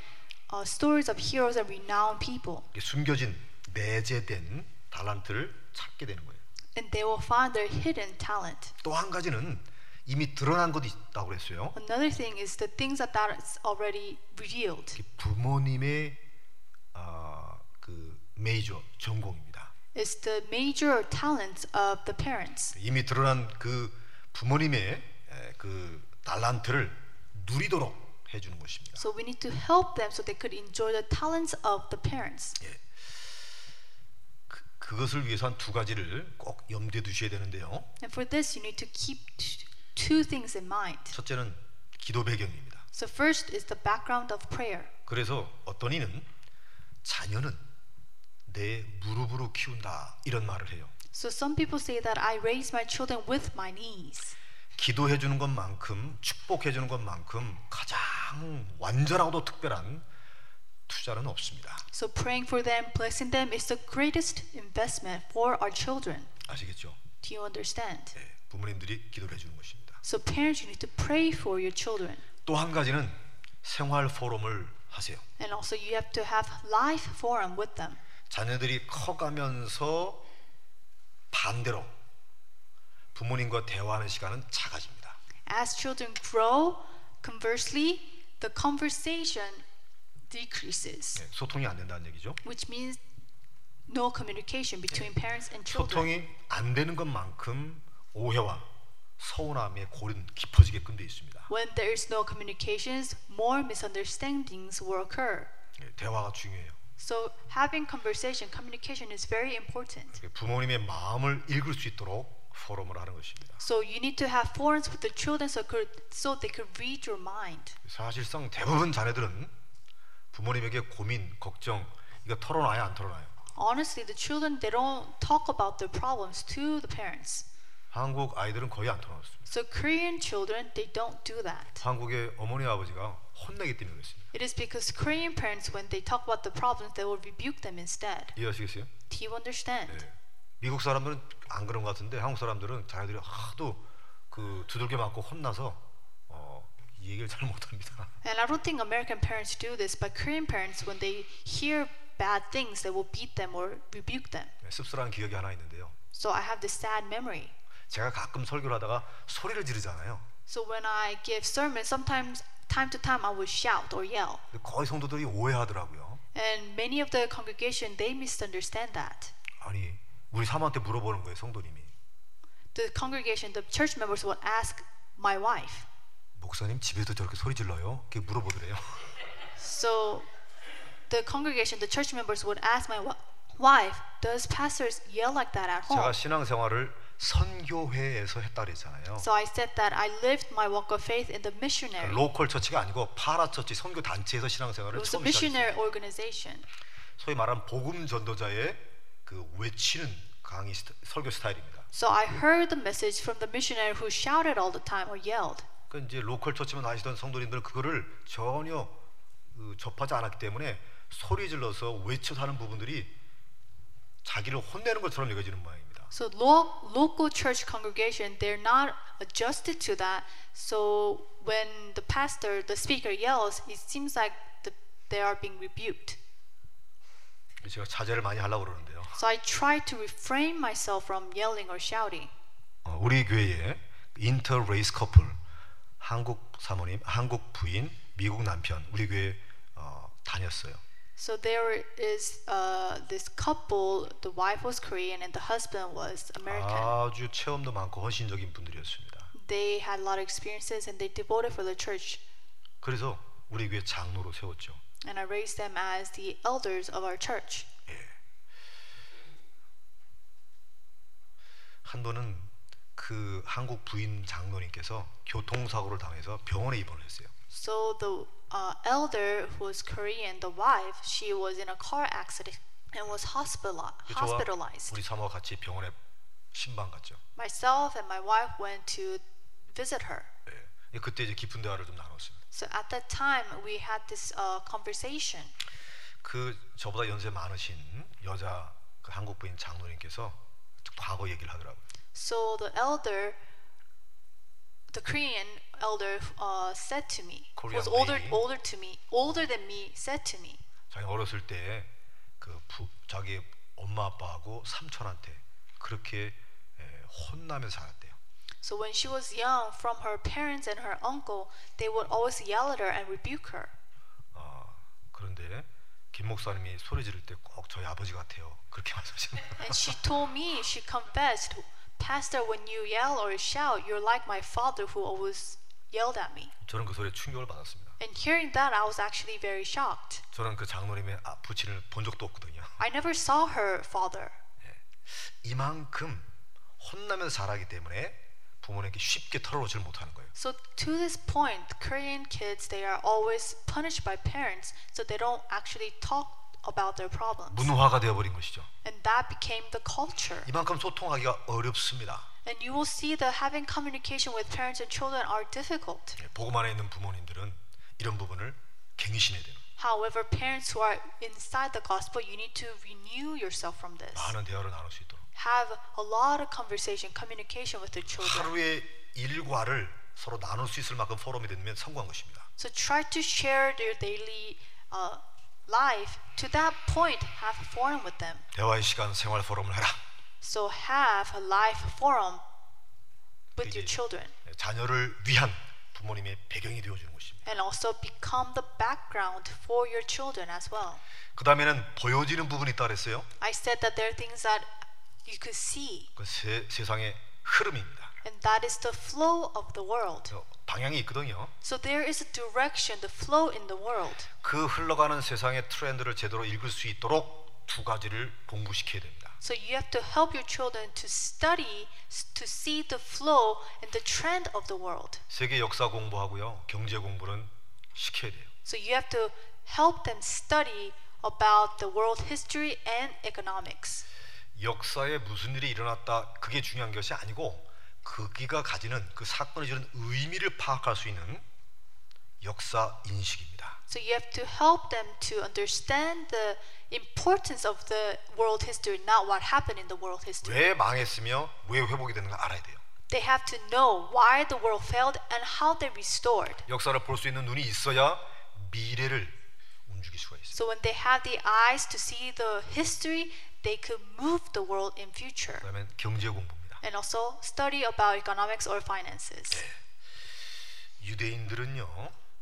Speaker 2: uh, stories of heroes and renowned people
Speaker 1: 이게 숨겨진 내재된 달란트를 찾게 되는 거예요.
Speaker 2: and they will find their hidden talent
Speaker 1: 또 한 가지는 이미 드러난 것이 있다고 그랬어요.
Speaker 2: Another thing is the things that that is already revealed.
Speaker 1: 이게 부모님의 아, 그 메이저 전공입니다.
Speaker 2: It's the major talents of the parents.
Speaker 1: 이미 드러난 그 부모님의 에, 그 달란트를 누리도록 해주는 것입니다.
Speaker 2: So we need to help them so they could enjoy the talents of the parents.
Speaker 1: 예. 그, 그것을 위해서 한 두 가지를 꼭 염두에 두셔야 되는데요.
Speaker 2: And for this, you need to keep t- two things in mind.
Speaker 1: 첫째는 기도 배경입니다.
Speaker 2: So first is the background of prayer.
Speaker 1: 그래서 어떤 이는 자녀는 내 무릎으로 키운다 이런 말을 해요.
Speaker 2: So some people say that I raise my children with my knees.
Speaker 1: 기도해 주는 것만큼 축복해 주는 것만큼 가장 완전하고도 특별한 투자는 없습니다.
Speaker 2: So praying for them, blessing them is the greatest investment for our children.
Speaker 1: 아시겠죠?
Speaker 2: Do you understand?
Speaker 1: 예, 부모님들이 기도를 해 주는 것입니다.
Speaker 2: So parents, you need to pray for your children.
Speaker 1: 또 한 가지는 생활 포럼을 하세요.
Speaker 2: And also, you have to have live forum with them.
Speaker 1: 자녀들이 커가면서 반대로 부모님과 대화하는 시간은 작아집니다.
Speaker 2: As children grow, conversely, the conversation decreases,
Speaker 1: 예, 소통이 안 된다는 얘기죠.
Speaker 2: which means no communication between parents and children.
Speaker 1: 소통이 안 되는 것만큼 오해와 서운함의 골은 깊어지게끔 돼 있습니다.
Speaker 2: When there is no communications, more misunderstandings will occur.
Speaker 1: 예, 대화가 중요해요.
Speaker 2: So having conversation, communication is very important.
Speaker 1: 예, 부모님의 마음을 읽을 수 있도록 포럼을 하는 것입니다.
Speaker 2: So you need to have forums with the children so, could, so they could read your mind.
Speaker 1: 사실상 대부분 자녀들은 부모님에게 고민, 걱정 이거 털어놔야 안 털어놔요.
Speaker 2: Honestly, the children they don't talk about their problems to the parents.
Speaker 1: 한국 아이들은 거의 안 털어놨습니다.
Speaker 2: So Korean children they don't do that.
Speaker 1: 한국의 어머니 아버지가 혼내기 때문에 그렇습니다.
Speaker 2: It is because Korean parents when they talk about the problems they will rebuke them instead.
Speaker 1: 이해하시겠어요?
Speaker 2: Do you understand?
Speaker 1: 예. 미국 사람들은 안 그런 것 같은데 한국 사람들은 자녀들이 하도 그 두들겨 맞고 혼나서 어, 이 얘기를 잘 못합니다.
Speaker 2: And I don't think American parents do this, but Korean parents when they hear bad things they will beat them or rebuke them.
Speaker 1: 예, 씁쓸한 기억이 하나 있는데요.
Speaker 2: So I have this sad memory.
Speaker 1: 제가 가끔 설교를 하다가 소리를 지르잖아요.
Speaker 2: So when I give sermons, sometimes time to time I will shout or yell,
Speaker 1: 근데 거의 성도들이 오해하더라고요.
Speaker 2: and many of the congregation they misunderstand that.
Speaker 1: 아니 우리 사모한테 물어보는 거예요, 성도님이.
Speaker 2: The congregation, the church members will ask my wife.
Speaker 1: 목사님 집에도 저렇게 소리 질러요? 이렇게 물어보더래요.
Speaker 2: So the congregation, the church members would ask my wi- wife, does pastors yell like that at
Speaker 1: 제가
Speaker 2: home?
Speaker 1: 신앙생활을 선교회에서 했다 그랬잖아요.
Speaker 2: So I said that I lived my walk of faith in the missionary.
Speaker 1: 로컬 처치가 아니고 파라 처치 선교 단체에서
Speaker 2: It
Speaker 1: 신앙생활을
Speaker 2: was a
Speaker 1: 처음 시작했어요.
Speaker 2: missionary organization.
Speaker 1: 소위 말하는 복음 전도자의 그 외치는 강의 스타, 설교 스타일입니다.
Speaker 2: So I heard the message from the missionary who shouted all the time or yelled.
Speaker 1: 그러니까 이제 로컬 처치만 하시던 성도님들은 그거를 전혀 그, 접하지 않았기 때문에 소리 질러서 외쳐 하는 부분들이 자기를 혼내는 것처럼 여겨지는 모양입니다.
Speaker 2: So lo- local church congregation, they're not adjusted to that. So when the pastor, the speaker yells, it seems like the, they are being rebuked.
Speaker 1: 제가 자제를 많이 하려고 그러는데요.
Speaker 2: So I try to refrain myself from yelling or shouting.
Speaker 1: 어, 우리 교회에 인터 레이스 커플 한국 사모님, 한국 부인, 미국 남편 우리 교회 어, 다녔어요.
Speaker 2: So there is uh, this couple. The wife was Korean and the husband was American.
Speaker 1: 아주 체험도 많고 헌신적인 분들이었습니다.
Speaker 2: They had a lot of experiences and they devoted for the church.
Speaker 1: 그래서 우리 교회 장로로 세웠죠.
Speaker 2: And I raised them as the elders of our church.
Speaker 1: 한 번은 그 한국 부인 장로님께서 교통사고를 당해서 병원에 입원을 했어요.
Speaker 2: So the uh, elder, who was Korean, the wife, she was in a car accident and was hospitali-
Speaker 1: 그 저와
Speaker 2: hospitalized.
Speaker 1: 우리 사모가 같이 병원에 신방 갔죠.
Speaker 2: Myself and my wife went to visit her.
Speaker 1: 예. 그때 이제 깊은 대화를 좀 나눴습니다.
Speaker 2: So at that time, we had this uh, conversation.
Speaker 1: 그 저보다 연세 많으신 여자 그 한국 부인 장로님께서 과거 얘기를 하더라고요.
Speaker 2: So the elder, the Korean elder, uh, said to me, who was
Speaker 1: Korean
Speaker 2: older,
Speaker 1: lady.
Speaker 2: older to me, older than me, said to me,
Speaker 1: 자기 어렸을 때 그 자기 엄마 아빠하고 삼촌한테 그렇게 예, 혼나면서 살았대요.
Speaker 2: So when she was young, from her parents and her uncle, they would always yell at her and rebuke her.
Speaker 1: 어, 그런데 김 목사님이 소리 지를 때 꼭 저희 아버지 같아요. 그렇게 말씀하시는 거예요.
Speaker 2: And she told me, she confessed, Pastor, when you yell or shout, you're like my father who always yelled at me.
Speaker 1: 저는 그 소리에 충격을 받았습니다.
Speaker 2: And hearing that, I was actually very shocked.
Speaker 1: 저는 그 장로님의 아- 부친을 본 적도 없거든요.
Speaker 2: I never saw her father.
Speaker 1: 이만큼 혼나면서 자라기 때문에 부모님께 쉽게 털어놓지를 못하는 거예요.
Speaker 2: So to this point, Korean kids they are always punished by parents, so they don't actually talk about their problems.
Speaker 1: 문화가 되어버린 것이죠.
Speaker 2: And that became the culture.
Speaker 1: 이만큼 소통하기가 어렵습니다.
Speaker 2: And you will see that having communication with parents and children are difficult.
Speaker 1: 예, 복음 안에 있는 부모님들은 이런 부분을 갱신해야 돼요.
Speaker 2: However, parents who are inside the gospel, you need to renew yourself from this.
Speaker 1: 많은 대화를 나눌 수 있도록
Speaker 2: Have a lot of conversation, communication with the children.
Speaker 1: 하루의 일과를 서로 나눌 수 있을 만큼 포럼이 되면 성공한 것입니다.
Speaker 2: So try to share their daily uh, life. To that point, have a forum with them.
Speaker 1: 대화의 시간 생활 포럼을 해라.
Speaker 2: So have a life forum with your
Speaker 1: 되게-
Speaker 2: children
Speaker 1: 자녀를 위한 부모님의 배경이 되어주는 것입니다.
Speaker 2: and also become the background for your children as well.
Speaker 1: 그 다음에는 보여지는 부분이 있다 그랬어요.
Speaker 2: I said that there are things that you could see,
Speaker 1: 그 세, 세상의 흐름입니다.
Speaker 2: and that is the flow of the world.
Speaker 1: 저 방향이 있거든요.
Speaker 2: So there is a direction, the flow in the world.
Speaker 1: 그 흘러가는 세상의 트렌드를 제대로 읽을 수 있도록 두 가지를 공부시켜야 됩니다.
Speaker 2: So you have to help your children to study, s- to see the flow and the trend of the world.
Speaker 1: 세계 역사 공부하고요, 경제 공부는 시켜야 돼요.
Speaker 2: So you have to help them study about the world history and economics.
Speaker 1: 역사에 무슨 일이 일어났다 그게 중요한 것이 아니고 그기가 가지는 그 사건이 주는 의미를 파악할 수 있는 역사 인식입니다.
Speaker 2: So you have to help them to understand the importance of the world history, not what happened in the world history.
Speaker 1: 왜 망했으며 왜 회복이 되는가 알아야 돼요.
Speaker 2: They have to know why the world failed and how they restored.
Speaker 1: 역사를 볼 수 있는 눈이 있어야 미래를 움직일 수가 있어요.
Speaker 2: So when they have the eyes to see the history, they could move the world in future.
Speaker 1: 그다음에 경제 공부입니다.
Speaker 2: And also study about economics or finances.
Speaker 1: 유대인들은요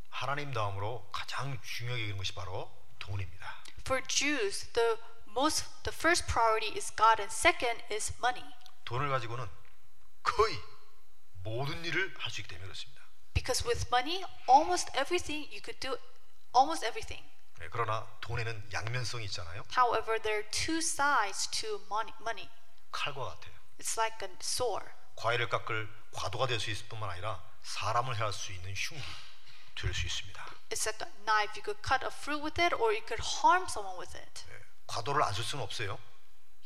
Speaker 1: 하나님 다음으로 가장 중요하게 여기는 것이 바로 돈입니다.
Speaker 2: For Jews, the most the first priority is God and second is money.
Speaker 1: 돈을 가지고는 거의 모든 일을 할 수 있기 때문에 그렇습니다.
Speaker 2: Because with money, almost everything you could do almost everything.
Speaker 1: 네, 그러나 돈에는 양면성이 있잖아요.
Speaker 2: However, there are two sides to money. money.
Speaker 1: 칼과 같아요.
Speaker 2: It's like a sword.
Speaker 1: 과일을 깎을 과도가 될 수 있을 뿐만 아니라 사람을 해할 수 있는 흉기 될 수 있습니다.
Speaker 2: It's like a knife. You could cut a fruit with it or you could harm someone with it.
Speaker 1: 네, 과도를 안 쓸 수는 없어요.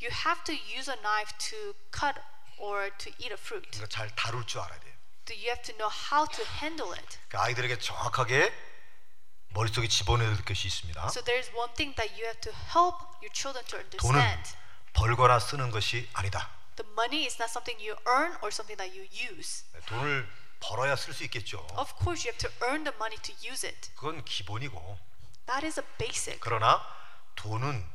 Speaker 2: You have to use a knife to cut or to eat a fruit.
Speaker 1: 그러니까 잘 다룰 줄 알아야 돼요.
Speaker 2: Do you have to know how to handle it?
Speaker 1: 그러니까 아이들에게 정확하게 머릿속에 집어넣을 것이 있습니다.
Speaker 2: So there's one thing that you have to help your children to
Speaker 1: 돈은
Speaker 2: understand.
Speaker 1: 벌거나 쓰는 것이 아니다.
Speaker 2: The money is not something you earn or something that you use.
Speaker 1: 네, 돈을 벌어야 쓸 수 있겠죠.
Speaker 2: Of course, you have to earn the money to use it.
Speaker 1: 그건 기본이고
Speaker 2: That is a basic.
Speaker 1: 그러나 돈은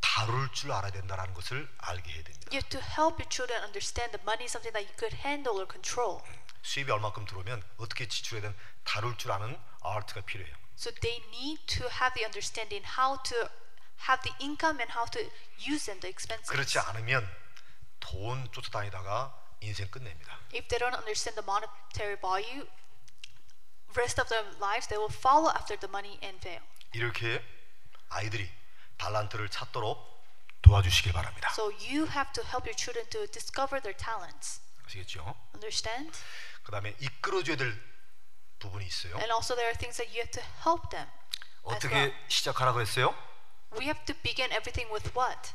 Speaker 1: 다룰 줄 알아야 된다라는 것을 알게 해야 됩니다.
Speaker 2: You have to help your children understand the money is something that you could handle or control.
Speaker 1: 수입이 얼마큼 들어오면 어떻게 지출해야 되는 다룰 줄 아는 아트가 필요해요.
Speaker 2: So they need to have the understanding how to have the income and how to use them, the expenses.
Speaker 1: 그렇지 않으면 돈 쫓아다니다가 인생 끝냅니다.
Speaker 2: If they don't understand the monetary value, rest of their lives they will follow after the money and fail.
Speaker 1: 이렇게 아이들이 달란트를 찾도록 도와주시길 바랍니다.
Speaker 2: So you have to help your children to discover their talents.
Speaker 1: 아시겠죠?
Speaker 2: Understand?
Speaker 1: 그다음에 이끌어줘야 될 부분이 있어요.
Speaker 2: And also there are things that you have to help them. as well.
Speaker 1: 어떻게 시작하라고 했어요?
Speaker 2: We have to begin everything with what?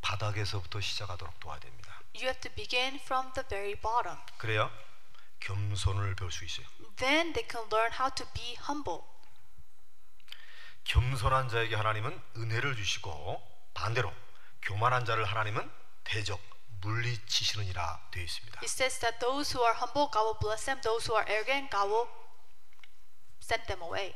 Speaker 1: 바닥에서부터 시작하도록 도와야 됩니다.
Speaker 2: You have to begin from the very bottom.
Speaker 1: 그래야 겸손을 배울 수 있어요.
Speaker 2: Then they can learn how to be humble.
Speaker 1: 겸손한 자에게 하나님은 은혜를 주시고 반대로 교만한 자를 하나님은 대적 물리치시느니라 되어 있습니다.
Speaker 2: It says that those who are humble, God will bless them. Those who are arrogant, God will send them away.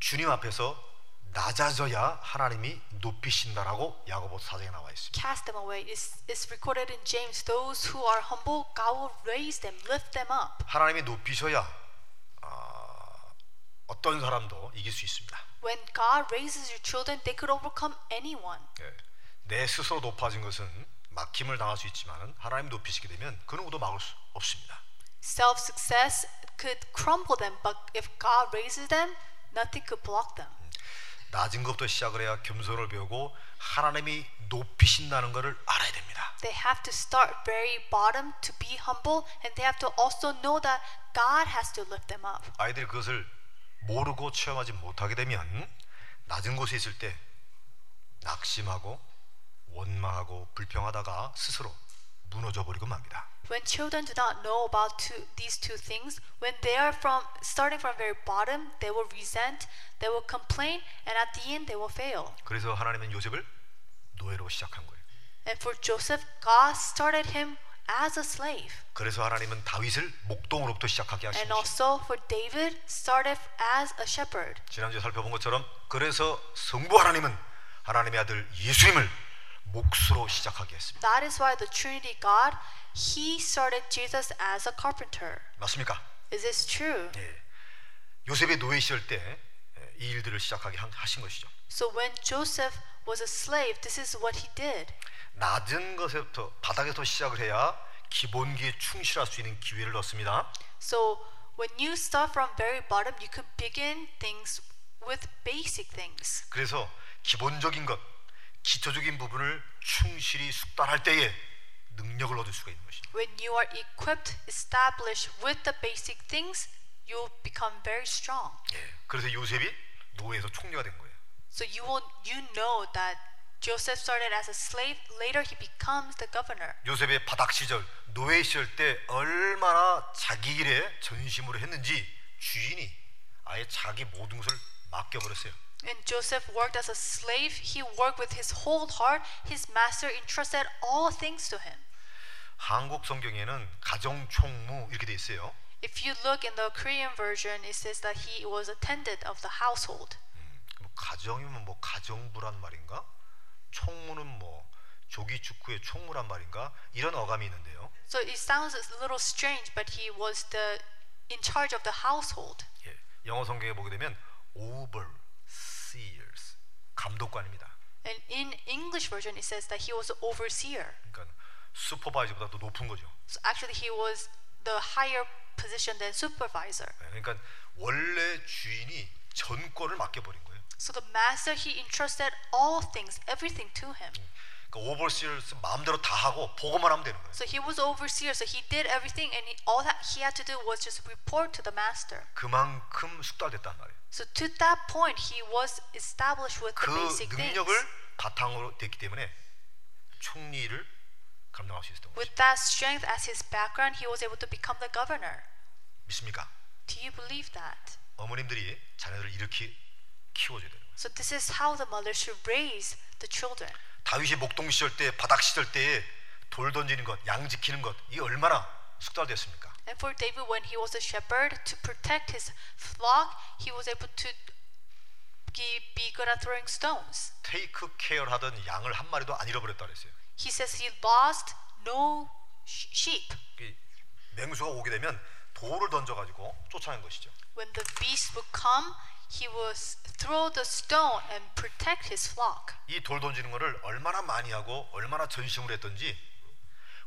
Speaker 1: 주님 앞에서 낮아져야 하나님이 높이신다라고 야고보 사장에 나와 있습니다.
Speaker 2: Cast them away. It's, it's recorded in James. Those who are humble, God will raise them, lift them up.
Speaker 1: 하나님이 높이셔야 아, 어떤 사람도 이길 수 있습니다.
Speaker 2: When God raises your children, they could overcome anyone.
Speaker 1: 예. 내 스스로 높아진 것은 막힘을 당할 수 있지만 하나님 높이시게 되면 그 누구도 막을 수 없습니다.
Speaker 2: Self success could crumble them, but if God raises them, nothing could block them.
Speaker 1: 낮은 것부터 시작을 해야 겸손을 배우고 하나님이 높이신다는 것을 알아야 됩니다.
Speaker 2: They have to start very bottom to be humble, and they have to also know that God has to lift them up.
Speaker 1: 아이들이 그것을 모르고 체험하지 못하게 되면 낮은 곳에 있을 때 낙심하고 원망하고 불평하다가 스스로 무너져 버리고 맙니다.
Speaker 2: When children do not know about two, these two things, when they are from starting from very bottom, they will resent, they will complain, and at the end they will fail.
Speaker 1: 그래서 하나님은 요셉을 노예로 시작한 거예요.
Speaker 2: And for Joseph, God started him as a slave,
Speaker 1: 그래서 하나님은 다윗을 목동으로부터 시작하게 하신
Speaker 2: and
Speaker 1: 거예요.
Speaker 2: also for David, started as a shepherd.
Speaker 1: 지난주에 살펴본 것처럼 그래서 성부 하나님은 하나님의 아들 예수님을 목수로 시작하게 했습니다.
Speaker 2: That is why the Trinity God, he started Jesus as a carpenter.
Speaker 1: 맞습니까?
Speaker 2: Is this true?
Speaker 1: 예. 요셉의 노예 시절 때 이 일들을 시작하게 한- 하신 것이죠.
Speaker 2: So when Joseph was a slave, this is what he did.
Speaker 1: 낮은 것에부터 바닥에서 시작을 해야 기본기에 충실할 수 있는 기회를 얻습니다.
Speaker 2: So when you start from very bottom, you could begin things with basic things.
Speaker 1: 그래서 기본적인 것, 기초적인 부분을 충실히 숙달할 때에 능력을 얻을 수가 있는 것이죠.
Speaker 2: When you are equipped, established with the basic things, you'll become very strong.
Speaker 1: 예. 그래서 요셉이 노예에서 총리가 된 거예요.
Speaker 2: So you will you know that Joseph started as a slave, later he becomes the governor.
Speaker 1: 요셉의 바닥 시절, 노예 시절 때 얼마나 자기 일에 전심으로 했는지 주인이 아예 자기 모든 것을 맡겨버렸어요.
Speaker 2: And Joseph worked as a slave, he worked with his whole heart. His master entrusted all things to him.
Speaker 1: 한국 성경에는 가정총무 이렇게 돼 있어요.
Speaker 2: If you look in the Korean version, it says that he was attendant of the household.
Speaker 1: 그럼 가정이면 뭐 가정부란 말인가? 총무는 뭐 조기 축구의 총무란 말인가? 이런 어감이 있는데요.
Speaker 2: So it sounds a little strange, but he was the in charge of the household.
Speaker 1: 예, 영어 성경에 보게 되면 overseers 감독관입니다.
Speaker 2: And in English version, it says that he was the overseer.
Speaker 1: 그러니까 슈퍼바이저보다 더 높은 거죠.
Speaker 2: So actually, he was the higher position than supervisor.
Speaker 1: 예, 그러니까 원래 주인이 전권을 맡겨버린 거예요.
Speaker 2: So the master he entrusted all things, everything to him.
Speaker 1: 그러니까 overseers 마음대로 다 하고 보고만 하면 되는 거예요.
Speaker 2: So he was overseer. So he did everything, and he, all that he had to do was just report to the master.
Speaker 1: 그만큼 숙달됐단 말이에요.
Speaker 2: So to that point, he was established with
Speaker 1: 그
Speaker 2: the basic things.
Speaker 1: 능력을 바탕으로 됐기 때문에 총리를 감당할 수 있었던 거죠.
Speaker 2: With that strength as his background, he was able to become the governor.
Speaker 1: 믿습니까?
Speaker 2: Do you believe that?
Speaker 1: 어머님들이 자녀들을 이렇게 키워줘야 되는 거예요.
Speaker 2: So this is how the mother should raise the children.
Speaker 1: 다윗이 목동 시절 때, 바닥 시절 때에 돌 던지는 것, 양 지키는 것, 이 얼마나 숙달됐습니까?
Speaker 2: And for David, when he was a shepherd, to protect his flock, he was able to be, be good at throwing stones.
Speaker 1: 테이크 케어를 하던 양을 한 마리도 안 잃어버렸다 그랬어요.
Speaker 2: He says he lost no sh- sheep.
Speaker 1: 이그 맹수가 오게 되면 돌을 던져가지고 쫓아낸 것이죠.
Speaker 2: When the beast would come, he would s- throw the stone and protect his flock.
Speaker 1: 이 돌 던지는 것을 얼마나 많이 하고 얼마나 전심으로 했던지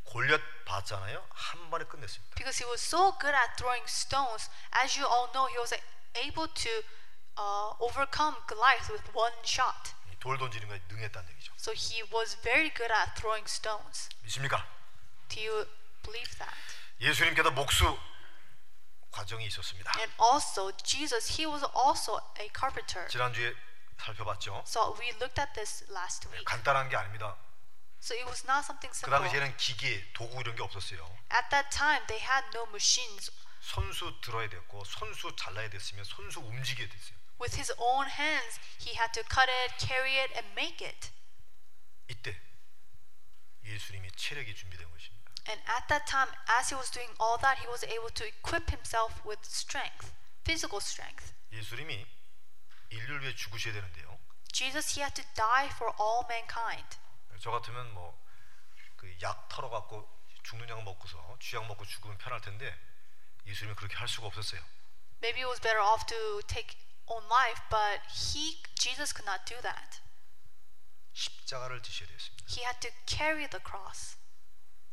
Speaker 1: 골렷 봤잖아요. 한 번에 끝냈습니다.
Speaker 2: Because he was so good at throwing stones, as you all know, he was a- able to uh, overcome Goliath with one shot.
Speaker 1: 이 돌 던지는 것에 능했다는 얘기죠.
Speaker 2: So he was very good at throwing stones.
Speaker 1: 믿습니까?
Speaker 2: Do you believe that?
Speaker 1: 예수님께도 목수 과정이 있었습니다.
Speaker 2: And also, Jesus, he was also a carpenter.
Speaker 1: 지난주에 살펴봤죠.
Speaker 2: So we looked at this last week.
Speaker 1: 간단한 게 아닙니다.
Speaker 2: So it was not something
Speaker 1: 그
Speaker 2: simple.
Speaker 1: 당시에는 기계, 도구 이런 게 없었어요.
Speaker 2: At that time, they had no machines.
Speaker 1: 손수 들어야 됐고 손수 잘라야 됐으면 손수 움직여야 됐어요.
Speaker 2: With his own hands, he had to cut it, carry it, and make it.
Speaker 1: 이때 예수님이 체력이 준비된 것입니다.
Speaker 2: And at that time, as he was doing all that, he was able to equip himself with strength, physical strength.
Speaker 1: 예수님이 인류를 위해 죽으셔야 되는데요.
Speaker 2: Jesus, he had to die for all mankind.
Speaker 1: 저 같으면 뭐 그 약 털어 갖고 죽는 약 먹고서 쥐약 먹고 죽으면 편할 텐데 예수님이 그렇게 할 수가 없었어요.
Speaker 2: Maybe it was better off to take own life, but he, Jesus, could not do that.
Speaker 1: 십자가를 지셔야 됐습니다.
Speaker 2: He had to carry the cross.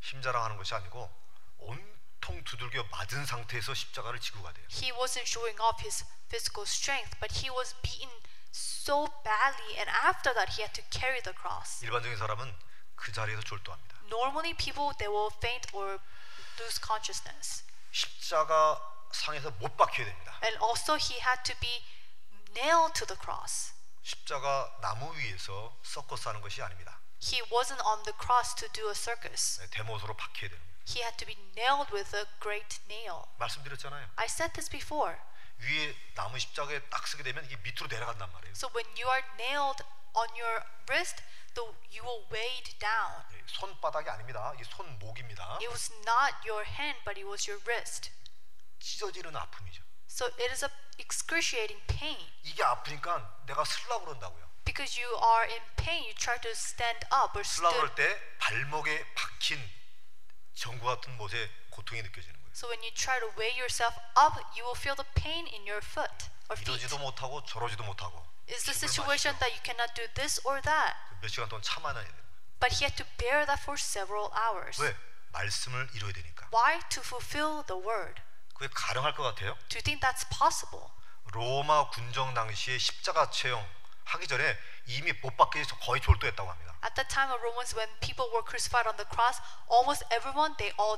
Speaker 1: 힘자랑하는 것이 아니고 온통 두들겨 맞은 상태에서 십자가를 지고 가야 돼요.
Speaker 2: He wasn't showing off his physical strength, but he was beaten so badly, and after that, he had to carry the cross.
Speaker 1: 일반적인 사람은 그 자리에서 졸도합니다.
Speaker 2: Normally, people they will faint or lose consciousness.
Speaker 1: 십자가 상에서 못 박혀야 됩니다.
Speaker 2: And also, he had to be nailed to the cross.
Speaker 1: 십자가 나무 위에서 섞어 싸는 것이 아닙니다.
Speaker 2: He wasn't on the cross to do a circus.
Speaker 1: 네, 대못으로 박혀야 됩니다.
Speaker 2: He had to be nailed with a great nail.
Speaker 1: 말씀드렸잖아요.
Speaker 2: I said this before.
Speaker 1: 위에 나무 십자가에 딱 쓰게 되면 이게 밑으로 내려간단 말이에요.
Speaker 2: So when you are nailed on your wrist, the, you will weighed down.
Speaker 1: 네, 손바닥이 아닙니다. 이게 손목입니다.
Speaker 2: It was not your hand, but it was your wrist.
Speaker 1: 찢어지는 아픔이죠.
Speaker 2: So it is a excruciating pain
Speaker 1: 이게 아프니까 내가 슬라 그런다고요.
Speaker 2: because you are in pain, you try to stand up or
Speaker 1: 쓰려고
Speaker 2: stood.
Speaker 1: 그럴 때 발목에 박힌 전구 같은 못에 고통이 느껴지는 거예요.
Speaker 2: So when you try to weigh yourself up, you will feel the pain in your foot or feet.
Speaker 1: 이러지도 못하고 저러지도 못하고
Speaker 2: It's the
Speaker 1: 힘을
Speaker 2: situation that you cannot do this or that.
Speaker 1: 마시고 몇 시간 동안 참아야 돼요.
Speaker 2: But he had to bear that for several hours.
Speaker 1: 왜? 말씀을 이뤄야 되니까.
Speaker 2: Why? To fulfill the word.
Speaker 1: 그게 가능할 것 같아요?
Speaker 2: Do you think that's possible?
Speaker 1: 로마 군정 당시에 십자가 처형하기 전에 이미 못 박혀서 거의 졸도했다고 합니다.
Speaker 2: At the time of Romans, when people were crucified on the cross, almost everyone, they all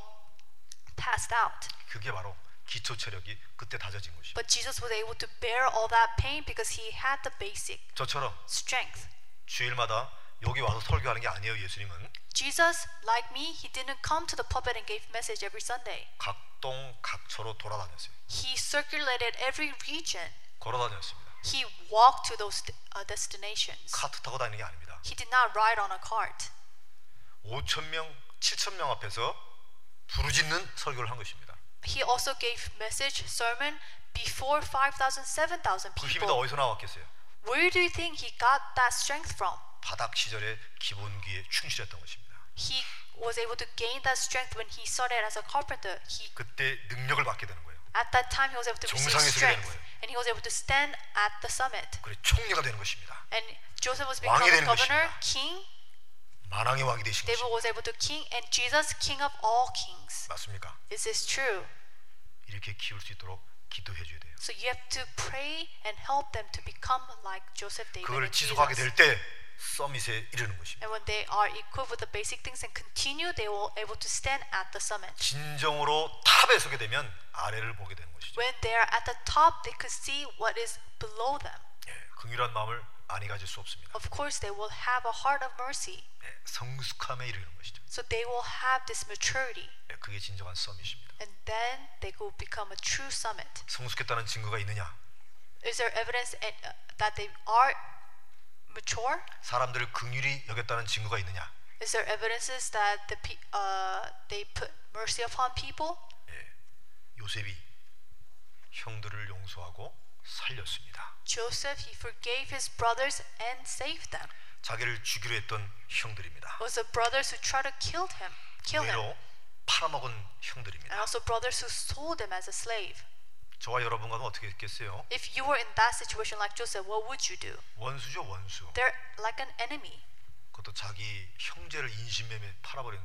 Speaker 2: passed out.
Speaker 1: 그게 바로 기초 체력이 그때 다져진 것이죠.
Speaker 2: But Jesus was able to bear all that pain because he had the basic
Speaker 1: 저처럼
Speaker 2: strength.
Speaker 1: 주일마다 여기 와서 설교하는 게 아니에요. 예수님은
Speaker 2: Jesus, like me, he didn't come to the pulpit and gave message every Sunday.
Speaker 1: 각동 각처로 돌아다녔어요.
Speaker 2: He circulated every region.
Speaker 1: 걸어다녔습니다.
Speaker 2: He walked to those uh, destinations.
Speaker 1: 카트 타고 다니는 게 아닙니다.
Speaker 2: He did not ride on a cart.
Speaker 1: 5천 명, 7천 명 앞에서 부르짖는 설교를 한 것입니다.
Speaker 2: He also gave message sermon before 5,000, 7,000
Speaker 1: 그 힘이 다
Speaker 2: people.
Speaker 1: 어디서 나왔겠어요?
Speaker 2: Where do you think he got that strength from?
Speaker 1: 바닥 시절의 기본기에 충실했던 것입니다.
Speaker 2: He was able to gain that strength when he started as a carpenter. He
Speaker 1: 그때 능력을 받게 되는 거예요.
Speaker 2: at that time he was able to receive
Speaker 1: 정상에서 되는
Speaker 2: strength,
Speaker 1: 거예요.
Speaker 2: and he was able to stand at the summit.
Speaker 1: 그래 총리가 되는 것입니다.
Speaker 2: And Joseph was
Speaker 1: 왕이
Speaker 2: become
Speaker 1: 되는
Speaker 2: governor,
Speaker 1: 것입니다.
Speaker 2: king.
Speaker 1: 만왕의 왕이 되신
Speaker 2: David
Speaker 1: 것입니다.
Speaker 2: was able to king, and Jesus, king of all kings.
Speaker 1: 맞습니까?
Speaker 2: Is this true?
Speaker 1: 이렇게 키울 수 있도록 기도해 줘야 돼요.
Speaker 2: So you have to pray and help them to become like Joseph, David,
Speaker 1: 그걸
Speaker 2: and
Speaker 1: 지속하게
Speaker 2: Jesus.
Speaker 1: 될 때 서밋에 이르는 것입니다.
Speaker 2: And when they are equipped with the basic things and continue, they will able to stand at the summit.
Speaker 1: 진정으로 탑에 서게 되면 아래를 보게 되는 것이죠.
Speaker 2: When they are at the top, they could see what is below them.
Speaker 1: 예, 긍휼한 마음을 안이 가질 수 없습니다.
Speaker 2: Of course, they will have a heart of mercy,
Speaker 1: 예, 성숙함에 이르는 것이죠.
Speaker 2: so they will have this maturity,
Speaker 1: 예, 그게 진정한 서밋입니다.
Speaker 2: and then they will become a true summit.
Speaker 1: 성숙했다는 증거가 있느냐?
Speaker 2: Is there evidence eh, uh, that they are mature?
Speaker 1: 사람들을 긍휼히 여겼다는 증거가 있느냐?
Speaker 2: Is there evidences that the pe- uh, they put mercy upon people?
Speaker 1: 예, 요셉이 형들을 용서하고 살렸습니다.
Speaker 2: Joseph, he forgave his brothers and saved them.
Speaker 1: 자기를 죽이려 했던 형들입니다.
Speaker 2: It was the brothers who tried to kill him, kill him,
Speaker 1: 의로 팔아먹은 형들입니다.
Speaker 2: and also brothers who sold him as a slave.
Speaker 1: 저와 여러분과는 어떻게 했겠어요?
Speaker 2: If you were in that situation like Joseph, what would you do?
Speaker 1: 원수죠 원수.
Speaker 2: They're like an enemy.
Speaker 1: 그것도 자기 형제를 인신매매 팔아버린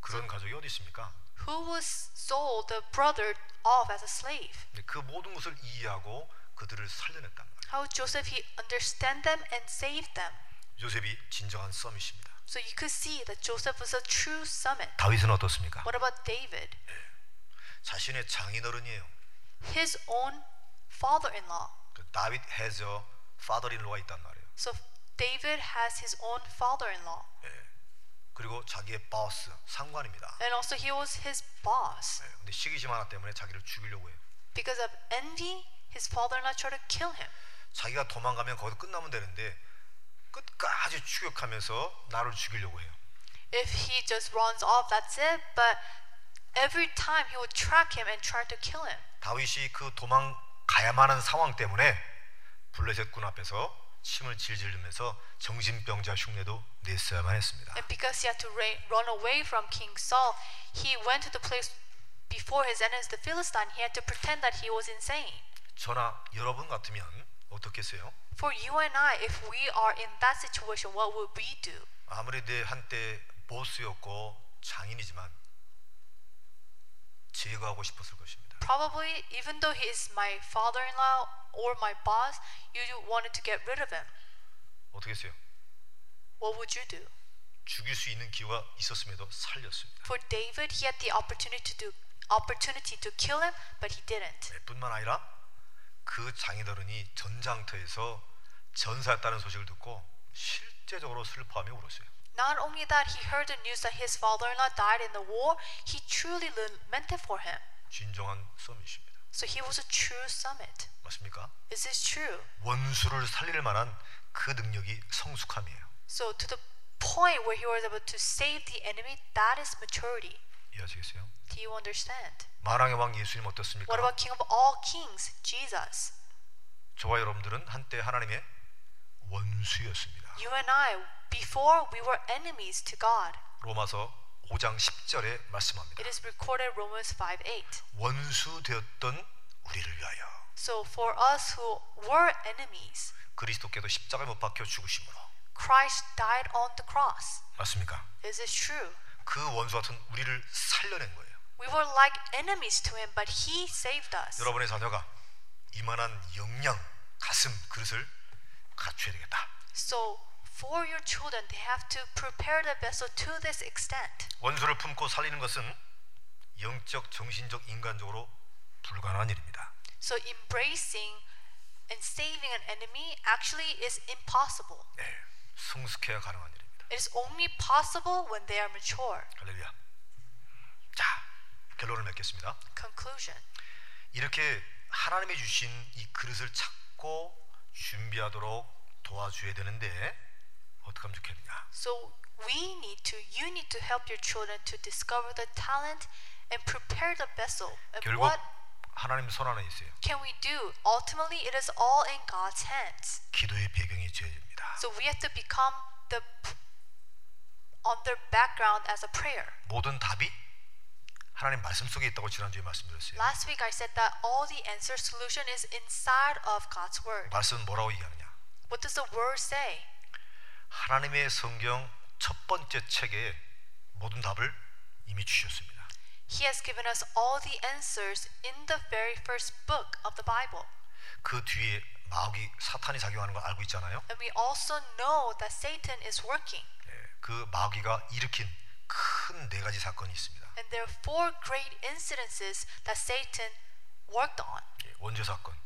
Speaker 1: 그런 가족이 어디 있습니까?
Speaker 2: Who was sold the brother off as a slave?
Speaker 1: 근데 그 모든 것을 이해하고 그들을 살려냈단 말이에요.
Speaker 2: How Joseph he understand them and saved them.
Speaker 1: 요셉이 진정한 썸이십니다.
Speaker 2: So you could see that Joseph was a true summit.
Speaker 1: 다윗은 어떻습니까?
Speaker 2: What about David?
Speaker 1: 자신의 장인어른이에요.
Speaker 2: His own father-in-law.
Speaker 1: 그 다윗 해저 파더린로가 있단 말이에요.
Speaker 2: So David has his own father-in-law.
Speaker 1: 그리고 자기의 바스 상관입니다.
Speaker 2: And also he was his boss.
Speaker 1: 네, 근데 시기심 하나 때문에 자기를 죽이려고 해요.
Speaker 2: Because of envy, his father-in-law tried to kill him.
Speaker 1: 자기가 도망가면 거기서 끝나면 되는데 끝까지 추격하면서 나를 죽이려고 해요.
Speaker 2: If he just runs off, that's it. But every time he would track him and try to kill him.
Speaker 1: 다윗이 그 도망가야만 하는 상황 때문에 블레셋 군 앞에서 침을 질질르면서 정신병자 흉내도 냈어야만 했습니다.
Speaker 2: And because he had to ra- run away from King Saul, he went to the place before his enemies, the Philistine. He had to pretend that he was insane.
Speaker 1: 저나 여러분 같으면 어떻겠어요?
Speaker 2: For you and I, if we are in that situation, what would we do?
Speaker 1: 아무리 내 한때 보스였고 장인이지만 제거하고 싶었을 것입니다.
Speaker 2: Probably, even though he is my father-in-law or my boss, you wanted to get rid of him.
Speaker 1: 어떻겠어요?
Speaker 2: What would you do?
Speaker 1: 죽일 수 있는 기회가 있었음에도 살렸습니다.
Speaker 2: For David, he had the opportunity to do, opportunity to kill him, but he didn't.
Speaker 1: 네, 뿐만 아니라 그 장인어른이 전장터에서 전사했다는 소식을 듣고 실제적으로 슬퍼하며 울었어요.
Speaker 2: Not only that, he heard the news that his father-in-law died in the war. He truly lamented for him.
Speaker 1: 진정한 썸이십니다.
Speaker 2: So he was a true summit.
Speaker 1: 맞습니까?
Speaker 2: Is this true?
Speaker 1: 원수를 살릴 만한 그 능력이 성숙함이에요.
Speaker 2: So to the point where he was able to save the enemy, that is maturity.
Speaker 1: 이해하시겠어요?
Speaker 2: Do you understand?
Speaker 1: 마랑의 왕 예수님 어떻습니까?
Speaker 2: What about King of all kings, Jesus?
Speaker 1: 저와 여러분들은 한때 하나님의 원수였습니다.
Speaker 2: You and I, before we were enemies to God.
Speaker 1: 로마서 5장 10절에 말씀합니다.
Speaker 2: It is recorded Romans 5 8.
Speaker 1: 원수 되었던 우리를 위하여
Speaker 2: So for us who were enemies,
Speaker 1: 그리스도께도 십자가에 못 박혀 죽으심으로
Speaker 2: Christ died on the cross.
Speaker 1: 맞습니까?
Speaker 2: This is true.
Speaker 1: 그 원수 같은 우리를 살려낸 거예요.
Speaker 2: We were like enemies to him, but he saved us.
Speaker 1: 여러분의 자녀가 이만한 영양, 가슴, 그릇을 갖춰야 되겠다.
Speaker 2: So for your children, they have to prepare the vessel to this extent.
Speaker 1: 원수를 품고 살리는 것은 영적, 정신적, 인간적으로 불가능한 일입니다.
Speaker 2: So embracing and saving an enemy actually is impossible.
Speaker 1: 네, 성숙해야 가능한 일입니다.
Speaker 2: It is only possible when they are mature.
Speaker 1: 할렐루야. 자, 결론을 맺겠습니다.
Speaker 2: Conclusion.
Speaker 1: 이렇게 하나님이 주신 이 그릇을 찾고 준비하도록 도와줘야 되는데 어떻게 하면 좋겠느냐?
Speaker 2: So we need to, you need to help your children to discover the talent and prepare the vessel. And
Speaker 1: 결국
Speaker 2: what
Speaker 1: 하나님 손 안에 있어요.
Speaker 2: can we do? Ultimately, it is all in God's hands.
Speaker 1: 기도의 배경이 죄입니다.
Speaker 2: So we have to become the on their background as a prayer.
Speaker 1: 모든 답이 하나님 말씀 속에 있다고 지난주에 말씀드렸어요.
Speaker 2: Last week I said that all the answer solution is inside of God's word.
Speaker 1: 말씀은 뭐라고 얘기하느냐?
Speaker 2: What does the word say?
Speaker 1: 하나님의 성경 첫 번째 책에 모든 답을 이미 주셨습니다.
Speaker 2: He has given us all the answers in the very first book of the Bible.
Speaker 1: 그 뒤에 마귀 사탄이 작용하는 걸 알고 있잖아요.
Speaker 2: And we also know that Satan is working.
Speaker 1: 예, 그 마귀가 일으킨 큰 네 가지 사건이 있습니다.
Speaker 2: And there are four great incidences that Satan worked on
Speaker 1: 예, 원죄 사건,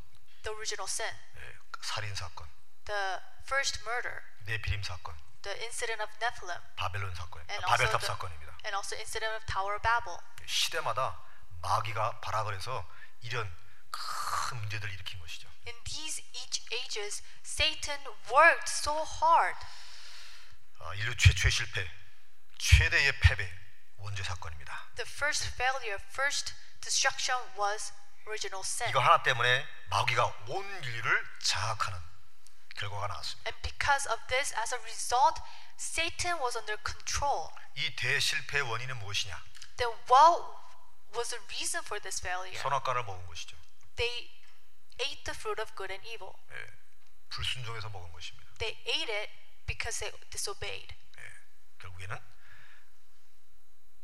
Speaker 2: the original sin,
Speaker 1: 예, 살인 사건,
Speaker 2: the first murder,
Speaker 1: 내비림 사건,
Speaker 2: the incident of Nephilim,
Speaker 1: 바벨론 사건,
Speaker 2: and also,
Speaker 1: 바벨탑
Speaker 2: the,
Speaker 1: 사건입니다. 예,
Speaker 2: and also incident of Tower of Babel.
Speaker 1: 시대마다 마귀가 발악을 해서 이런 큰 문제들을 일으킨 것이죠.
Speaker 2: In these each ages, Satan worked so hard.
Speaker 1: 아, 인류 최초의 실패, 최대의 패배, 원죄 사건입니다.
Speaker 2: The first failure, first destruction was original sin.
Speaker 1: 이거 하나 때문에 마귀가 온 인류를 장악하는 결과가 나왔습니다.
Speaker 2: And because of this, as a result, Satan was under control.
Speaker 1: 이 대실패의 원인은 무엇이냐?
Speaker 2: Then what was the reason for this failure?
Speaker 1: 선악과를 먹은 것이죠.
Speaker 2: They ate the fruit of good and evil.
Speaker 1: 예, 불순종해서 먹은 것입니다.
Speaker 2: They ate it because they disobeyed.
Speaker 1: 예, 결국에는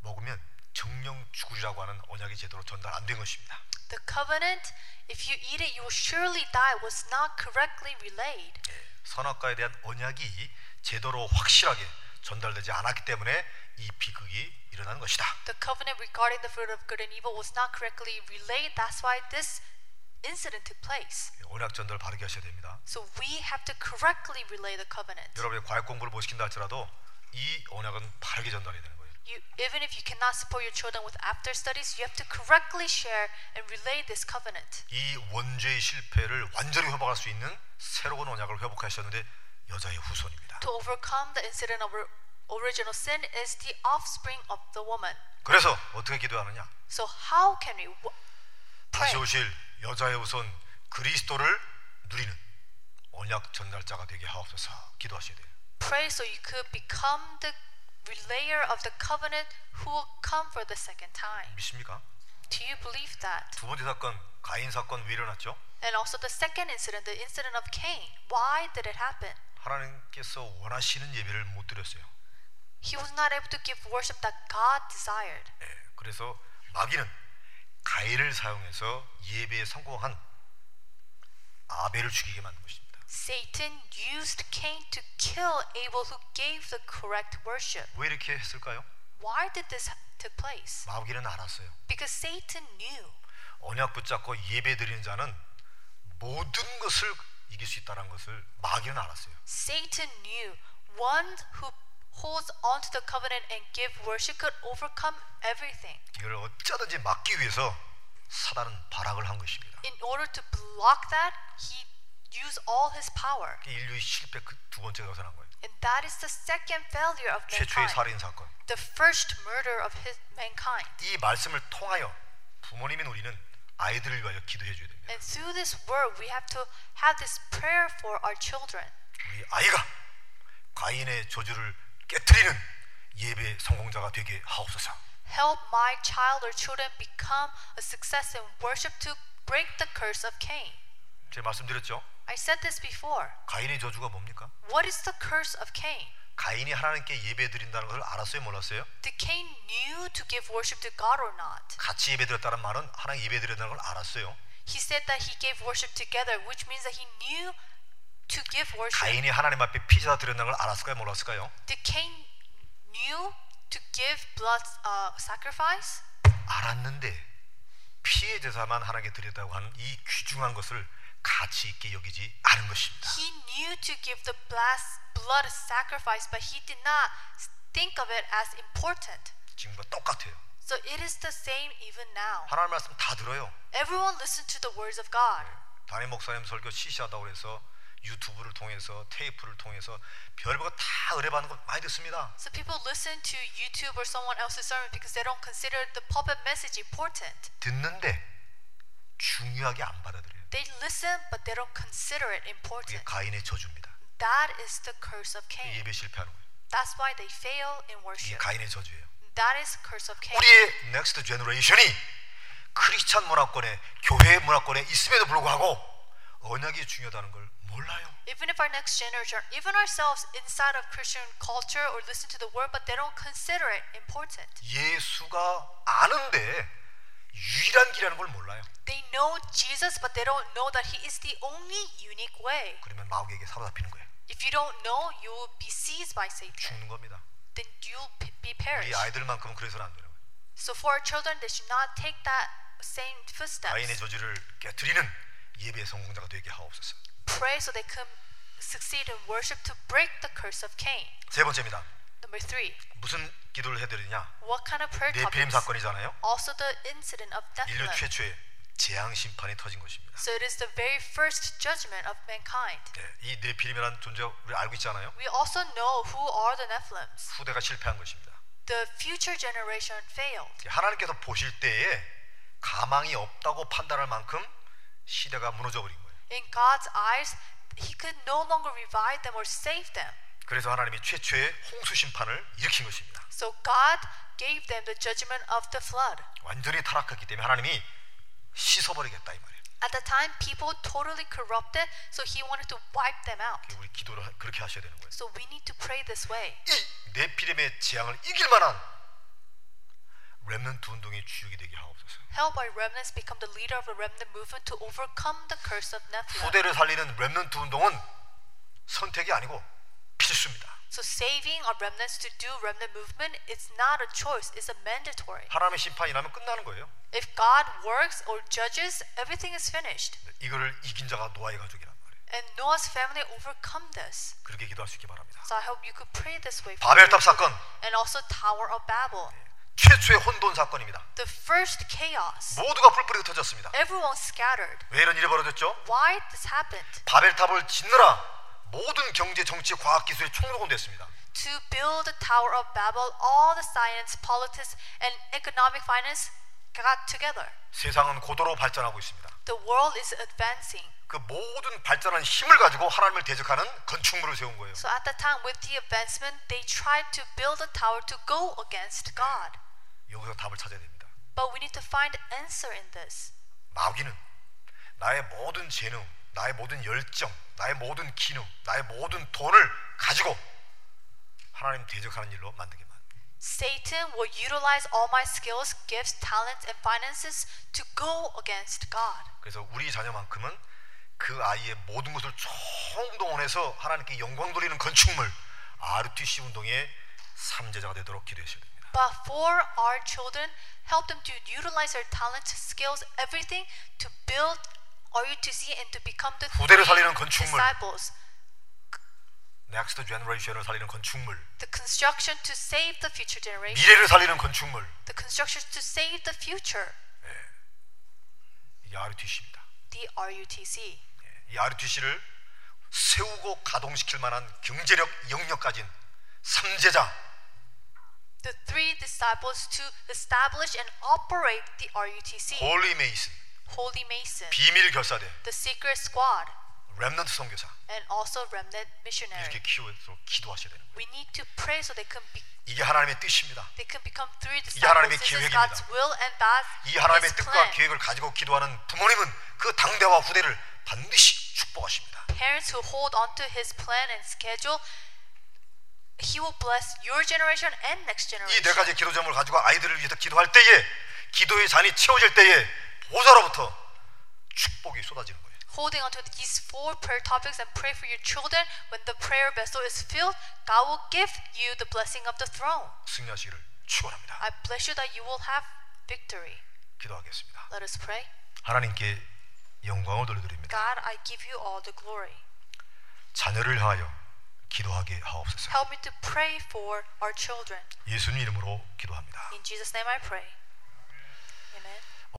Speaker 1: 먹으면 정령 죽으리라고 하는 언약이 제대로 전달 안 된 것입니다.
Speaker 2: The covenant, if you eat it, you will surely die, was not correctly relayed.
Speaker 1: 예, 선악과에 대한 언약이 제대로 확실하게 전달되지 않았기 때문에 이 비극이 일어난 것이다.
Speaker 2: The covenant regarding the fruit of good and evil was not correctly relayed. That's why this incident took place.
Speaker 1: 예, 언약 전달 바르게 하셔야 됩니다.
Speaker 2: So we have to correctly relay the covenant.
Speaker 1: 여러분의 과외 공부를 못 시킨다 할지라도 이 언약은 바르게 전달해야 되는 거예요.
Speaker 2: You, even if you cannot support your children with after studies, you have to correctly share and relay this covenant.
Speaker 1: 이 원죄의 실패를 완전히 회복할 수 있는 새로운 언약을 회복하셨는데 여자의 후손입니다.
Speaker 2: To overcome the incident of or- original sin is the offspring of the woman.
Speaker 1: 그래서 어떻게 기도하느냐?
Speaker 2: So how can we w- pray?
Speaker 1: 다시 오실 여자의 후손 그리스도를 누리는 언약 전달자가 되게 하옵소서 기도하셔야 돼요.
Speaker 2: Pray so you could become the relayer of the covenant who will come for the second time.
Speaker 1: 믿습니까?
Speaker 2: Do you believe that?
Speaker 1: 두 번째 사건 가인 사건 왜 일어났죠?
Speaker 2: And also the second incident, the incident of Cain. Why did it happen?
Speaker 1: 하나님께서 원하시는 예배를 못 드렸어요.
Speaker 2: He was not able to give worship that God desired.
Speaker 1: 예, 그래서 마귀는 가인을 사용해서 예배에 성공한 아벨을 죽이게 만든 것입니다.
Speaker 2: Satan used Cain to kill Abel who gave the correct worship.
Speaker 1: 왜 이렇게 했을까요?
Speaker 2: Why did this take place?
Speaker 1: 마귀는 알았어요.
Speaker 2: Because Satan knew
Speaker 1: 언약 붙잡고 예배 드리는 자는 모든 것을 이길 수 있다는 것을 마귀는 알았어요.
Speaker 2: Satan knew one who holds on to the covenant and give worship could overcome everything.
Speaker 1: 이걸 어쩌든지 막기 위해서 사단은 발악을 한 것입니다.
Speaker 2: In order to block that, he used all his power.
Speaker 1: 이게 인류의 실패 그 두 번째가 나타난 거예요.
Speaker 2: And that is the second failure of
Speaker 1: 최초의
Speaker 2: mankind.
Speaker 1: 살인 사건.
Speaker 2: The first murder of his mankind.
Speaker 1: 이 말씀을 통하여 부모님인 우리는 아이들을 위하여 기도해 줘야 됩니다.
Speaker 2: And through this word, we have to have this prayer for our children.
Speaker 1: 우리 아이가 가인의 저주를 깨뜨리는 예배 성공자가 되게 하옵소서.
Speaker 2: Help my child or children become a success in worship to break the curse of Cain.
Speaker 1: 제가 말씀드렸죠.
Speaker 2: I said this before.
Speaker 1: 가인의 저주가 뭡니까?
Speaker 2: What is the curse of Cain?
Speaker 1: 가인이 하나님께 예배 드린다는 것을 알았어요, 몰랐어요?
Speaker 2: Did Cain knew to give worship to God or not?
Speaker 1: 같이 예배 드렸다는 말은 하나님 예배 드렸다는 걸 알았어요.
Speaker 2: He said that he gave worship together, which means that he knew to give worship.
Speaker 1: 가인이 하나님 앞에 피사 드렸다는 걸 알았을까요, 몰랐을까요?
Speaker 2: Did Cain knew to give blood uh, sacrifice?
Speaker 1: 알았는데 피의 제사만 하나님께 드렸다고 하는 이 귀중한 것을 가치 있게 여기지 않은 것입니다.
Speaker 2: He knew to give the blast, blood sacrifice, but he did not think of it as important.
Speaker 1: 지금과 똑같아요.
Speaker 2: So it is the same even now.
Speaker 1: 하나님 말씀 다 들어요.
Speaker 2: Everyone listen to the words of God.
Speaker 1: 담임 목사님 설교 시시하다고 해서 유튜브를 통해서 테이프를 통해서 별거 다 의뢰받는 거 많이 듣습니다.
Speaker 2: So people listen to YouTube or someone else's sermon because they don't consider the pulpit message important.
Speaker 1: 듣는데 중요하게 안 받아들여요.
Speaker 2: They listen, but they don't consider it
Speaker 1: 그게
Speaker 2: important.
Speaker 1: 가인의 저주입니다.
Speaker 2: That is the curse of Cain.
Speaker 1: 예배 실패하는 거예요.
Speaker 2: That's why they fail in
Speaker 1: 이게
Speaker 2: worship.
Speaker 1: 가인의 저주예요.
Speaker 2: That is the curse of Cain.
Speaker 1: 우리의 넥스트 제너레이션이 크리스찬 문화권에 교회 문화권에 있음에도 불구하고 언약이 중요하다는 걸 몰라요.
Speaker 2: Even if our next generation, even ourselves inside of Christian culture or listen to the word, but they don't consider it important.
Speaker 1: 예수가 아는데 유일한 길이라는 걸 몰라요.
Speaker 2: They know Jesus, but they don't know that He is the only unique way.
Speaker 1: 그러면 마귀에게 사로잡히는 거예요.
Speaker 2: If you don't know, you will be seized by Satan.
Speaker 1: 죽는 겁니다.
Speaker 2: Then you'll p- be
Speaker 1: 우리
Speaker 2: perished.
Speaker 1: 아이들만큼은 그래서는 안 되는 거예요.
Speaker 2: So for our children, they should not take that same
Speaker 1: 아이의
Speaker 2: footsteps.
Speaker 1: 저지를 깨뜨리는 예배 성공자가 되게 하옵소서.
Speaker 2: Pray so they can succeed in worship to break the curse of Cain.
Speaker 1: 세 번째입니다.
Speaker 2: Number three,
Speaker 1: 무슨 기도를 해드리냐?
Speaker 2: what kind of prayer
Speaker 1: 네피림
Speaker 2: topics?
Speaker 1: 사건이잖아요.
Speaker 2: Also the incident of death
Speaker 1: 인류
Speaker 2: blow.
Speaker 1: 최초의 재앙 심판이 터진 것입니다.
Speaker 2: So it is the very first judgment of mankind.
Speaker 1: 네, 이 네피림이라는 존재 우리 알고 있잖아요.
Speaker 2: We also know who are the Nephilims.
Speaker 1: 후대가 실패한 것입니다.
Speaker 2: The future generation failed.
Speaker 1: 하나님께서 보실 때에 가망이 없다고 판단할 만큼 시대가 무너져 버린 거예요.
Speaker 2: In God's eyes, He could no longer revive them or save them.
Speaker 1: 그래서 하나님이 최초의 홍수 심판을 일으킨 것입니다.
Speaker 2: So God gave them the judgment of the flood.
Speaker 1: 완전히 타락했기 때문에 하나님이 씻어버리겠다 이 말이에요.
Speaker 2: At the time, people totally corrupted, so He wanted to wipe them out.
Speaker 1: 우리 기도를 하- 그렇게 하셔야 되는 거예요.
Speaker 2: So we need to pray this way.
Speaker 1: 이 네피림의 재앙을 이길 만한 렘넌트 운동의 주역이 되게 하옵소서.
Speaker 2: Help our remnants become the leader of the remnant movement to overcome the curse of Nephilim.
Speaker 1: 후대를 살리는 렘넌트 운동은 선택이 아니고 필수입니다.
Speaker 2: So saving our remnants to do remnant movement is not a choice, it's a mandatory.
Speaker 1: 하나님의 심판이 나면 끝나는 거예요.
Speaker 2: If God works or judges, everything is finished.
Speaker 1: 이거를 이긴 자가 노아의 가족이란 말이에요.
Speaker 2: And Noah's family overcome this.
Speaker 1: 그렇게 기도할 수 있기 바랍니다.
Speaker 2: So I hope you could pray this way. For
Speaker 1: 바벨탑 사건
Speaker 2: and also Tower of Babel.
Speaker 1: 최초의 혼돈 사건입니다.
Speaker 2: The first chaos.
Speaker 1: 모두가 뿔뿔이 흩어졌습니다.
Speaker 2: Everyone scattered.
Speaker 1: 왜 이런 일이 벌어졌죠?
Speaker 2: Why this happened?
Speaker 1: 바벨탑을 짓느라 모든 경제, 정치, 과학 기술이 총동원됐습니다.
Speaker 2: To build the Tower of Babel, all the science, politics, and economic finance got together.
Speaker 1: 세상은 고도로 발전하고 있습니다.
Speaker 2: The world is advancing.
Speaker 1: 그 모든 발전한 힘을 가지고 하나님을 대적하는 건축물을 세운 거예요.
Speaker 2: So at that time, with the advancement, they tried to build a tower to go against God.
Speaker 1: 여기서 답을 찾아야 됩니다.
Speaker 2: But we need to find answer in this.
Speaker 1: 마귀는 나의 모든 재능, 나의 모든 열정, 나의 모든 기능, 나의 모든 돈을 가지고 하나님 대적하는 일로 만들게만.
Speaker 2: Satan will utilize all my skills, gifts, talents, and finances to go against God.
Speaker 1: 그래서 우리 자녀만큼은 그 아이의 모든 것을 총동원해서 하나님께 영광 돌리는 건축물 RTC 운동의 삼재자가 되도록 기도하셔야 됩니다.
Speaker 2: But for our children, help them to utilize their talents, skills, everything to build RUTC and to become the
Speaker 1: 후대를
Speaker 2: three
Speaker 1: 살리는 건축물.
Speaker 2: disciples.
Speaker 1: 넥스트 제너레이션을 살리는 건축물,
Speaker 2: The construction to save the future generation.
Speaker 1: 미래를 살리는 건축물
Speaker 2: The construction to save the future.
Speaker 1: 이게 RTC입니다.
Speaker 2: The RUTC.
Speaker 1: 이 RTC를 세우고 가동시킬 만한 경제력 영역 가진 삼재자
Speaker 2: The three disciples to establish and operate the RUTC.
Speaker 1: 홀리 메이슨
Speaker 2: Holy Mason.
Speaker 1: 비밀 결사대
Speaker 2: The Secret Squad.
Speaker 1: 렘넌트 선교사
Speaker 2: and also remnant
Speaker 1: 이렇게
Speaker 2: missionary.
Speaker 1: 키워서 기도하셔야 되는 거예요.
Speaker 2: We need to pray so they can be,
Speaker 1: 이게 하나님의 뜻입니다.
Speaker 2: they can become three
Speaker 1: 하나님의
Speaker 2: disciples. This is God's
Speaker 1: 계획입니다.
Speaker 2: will and that's
Speaker 1: 이 하나님의
Speaker 2: His
Speaker 1: 뜻과
Speaker 2: plan.
Speaker 1: 계획을 가지고 기도하는 부모님은 그 당대와 후대를 반드시 축복하십니다.
Speaker 2: Parents who hold on to His plan and schedule, He will bless your generation and next
Speaker 1: 이
Speaker 2: generation.
Speaker 1: 네 가지 기도점을 가지고 아이들을 위해서 기도할 때에 기도의 잔이 채워질 때에 보좌로부터 축복이 쏟아지는 거예요.
Speaker 2: Holding on to these four prayer topics and pray for your children. When the prayer vessel is filled, God will give you the blessing of the throne.
Speaker 1: 승리하시기를 축원합니다.
Speaker 2: I bless you that you will have victory.
Speaker 1: 기도하겠습니다.
Speaker 2: Let us pray.
Speaker 1: 하나님께 영광을 돌려드립니다.
Speaker 2: God, I give you all the glory.
Speaker 1: 자녀를 하여 기도하게 하옵소서.
Speaker 2: Help me to pray for our children.
Speaker 1: 예수님 이름으로 기도합니다.
Speaker 2: In Jesus' name I pray. Amen.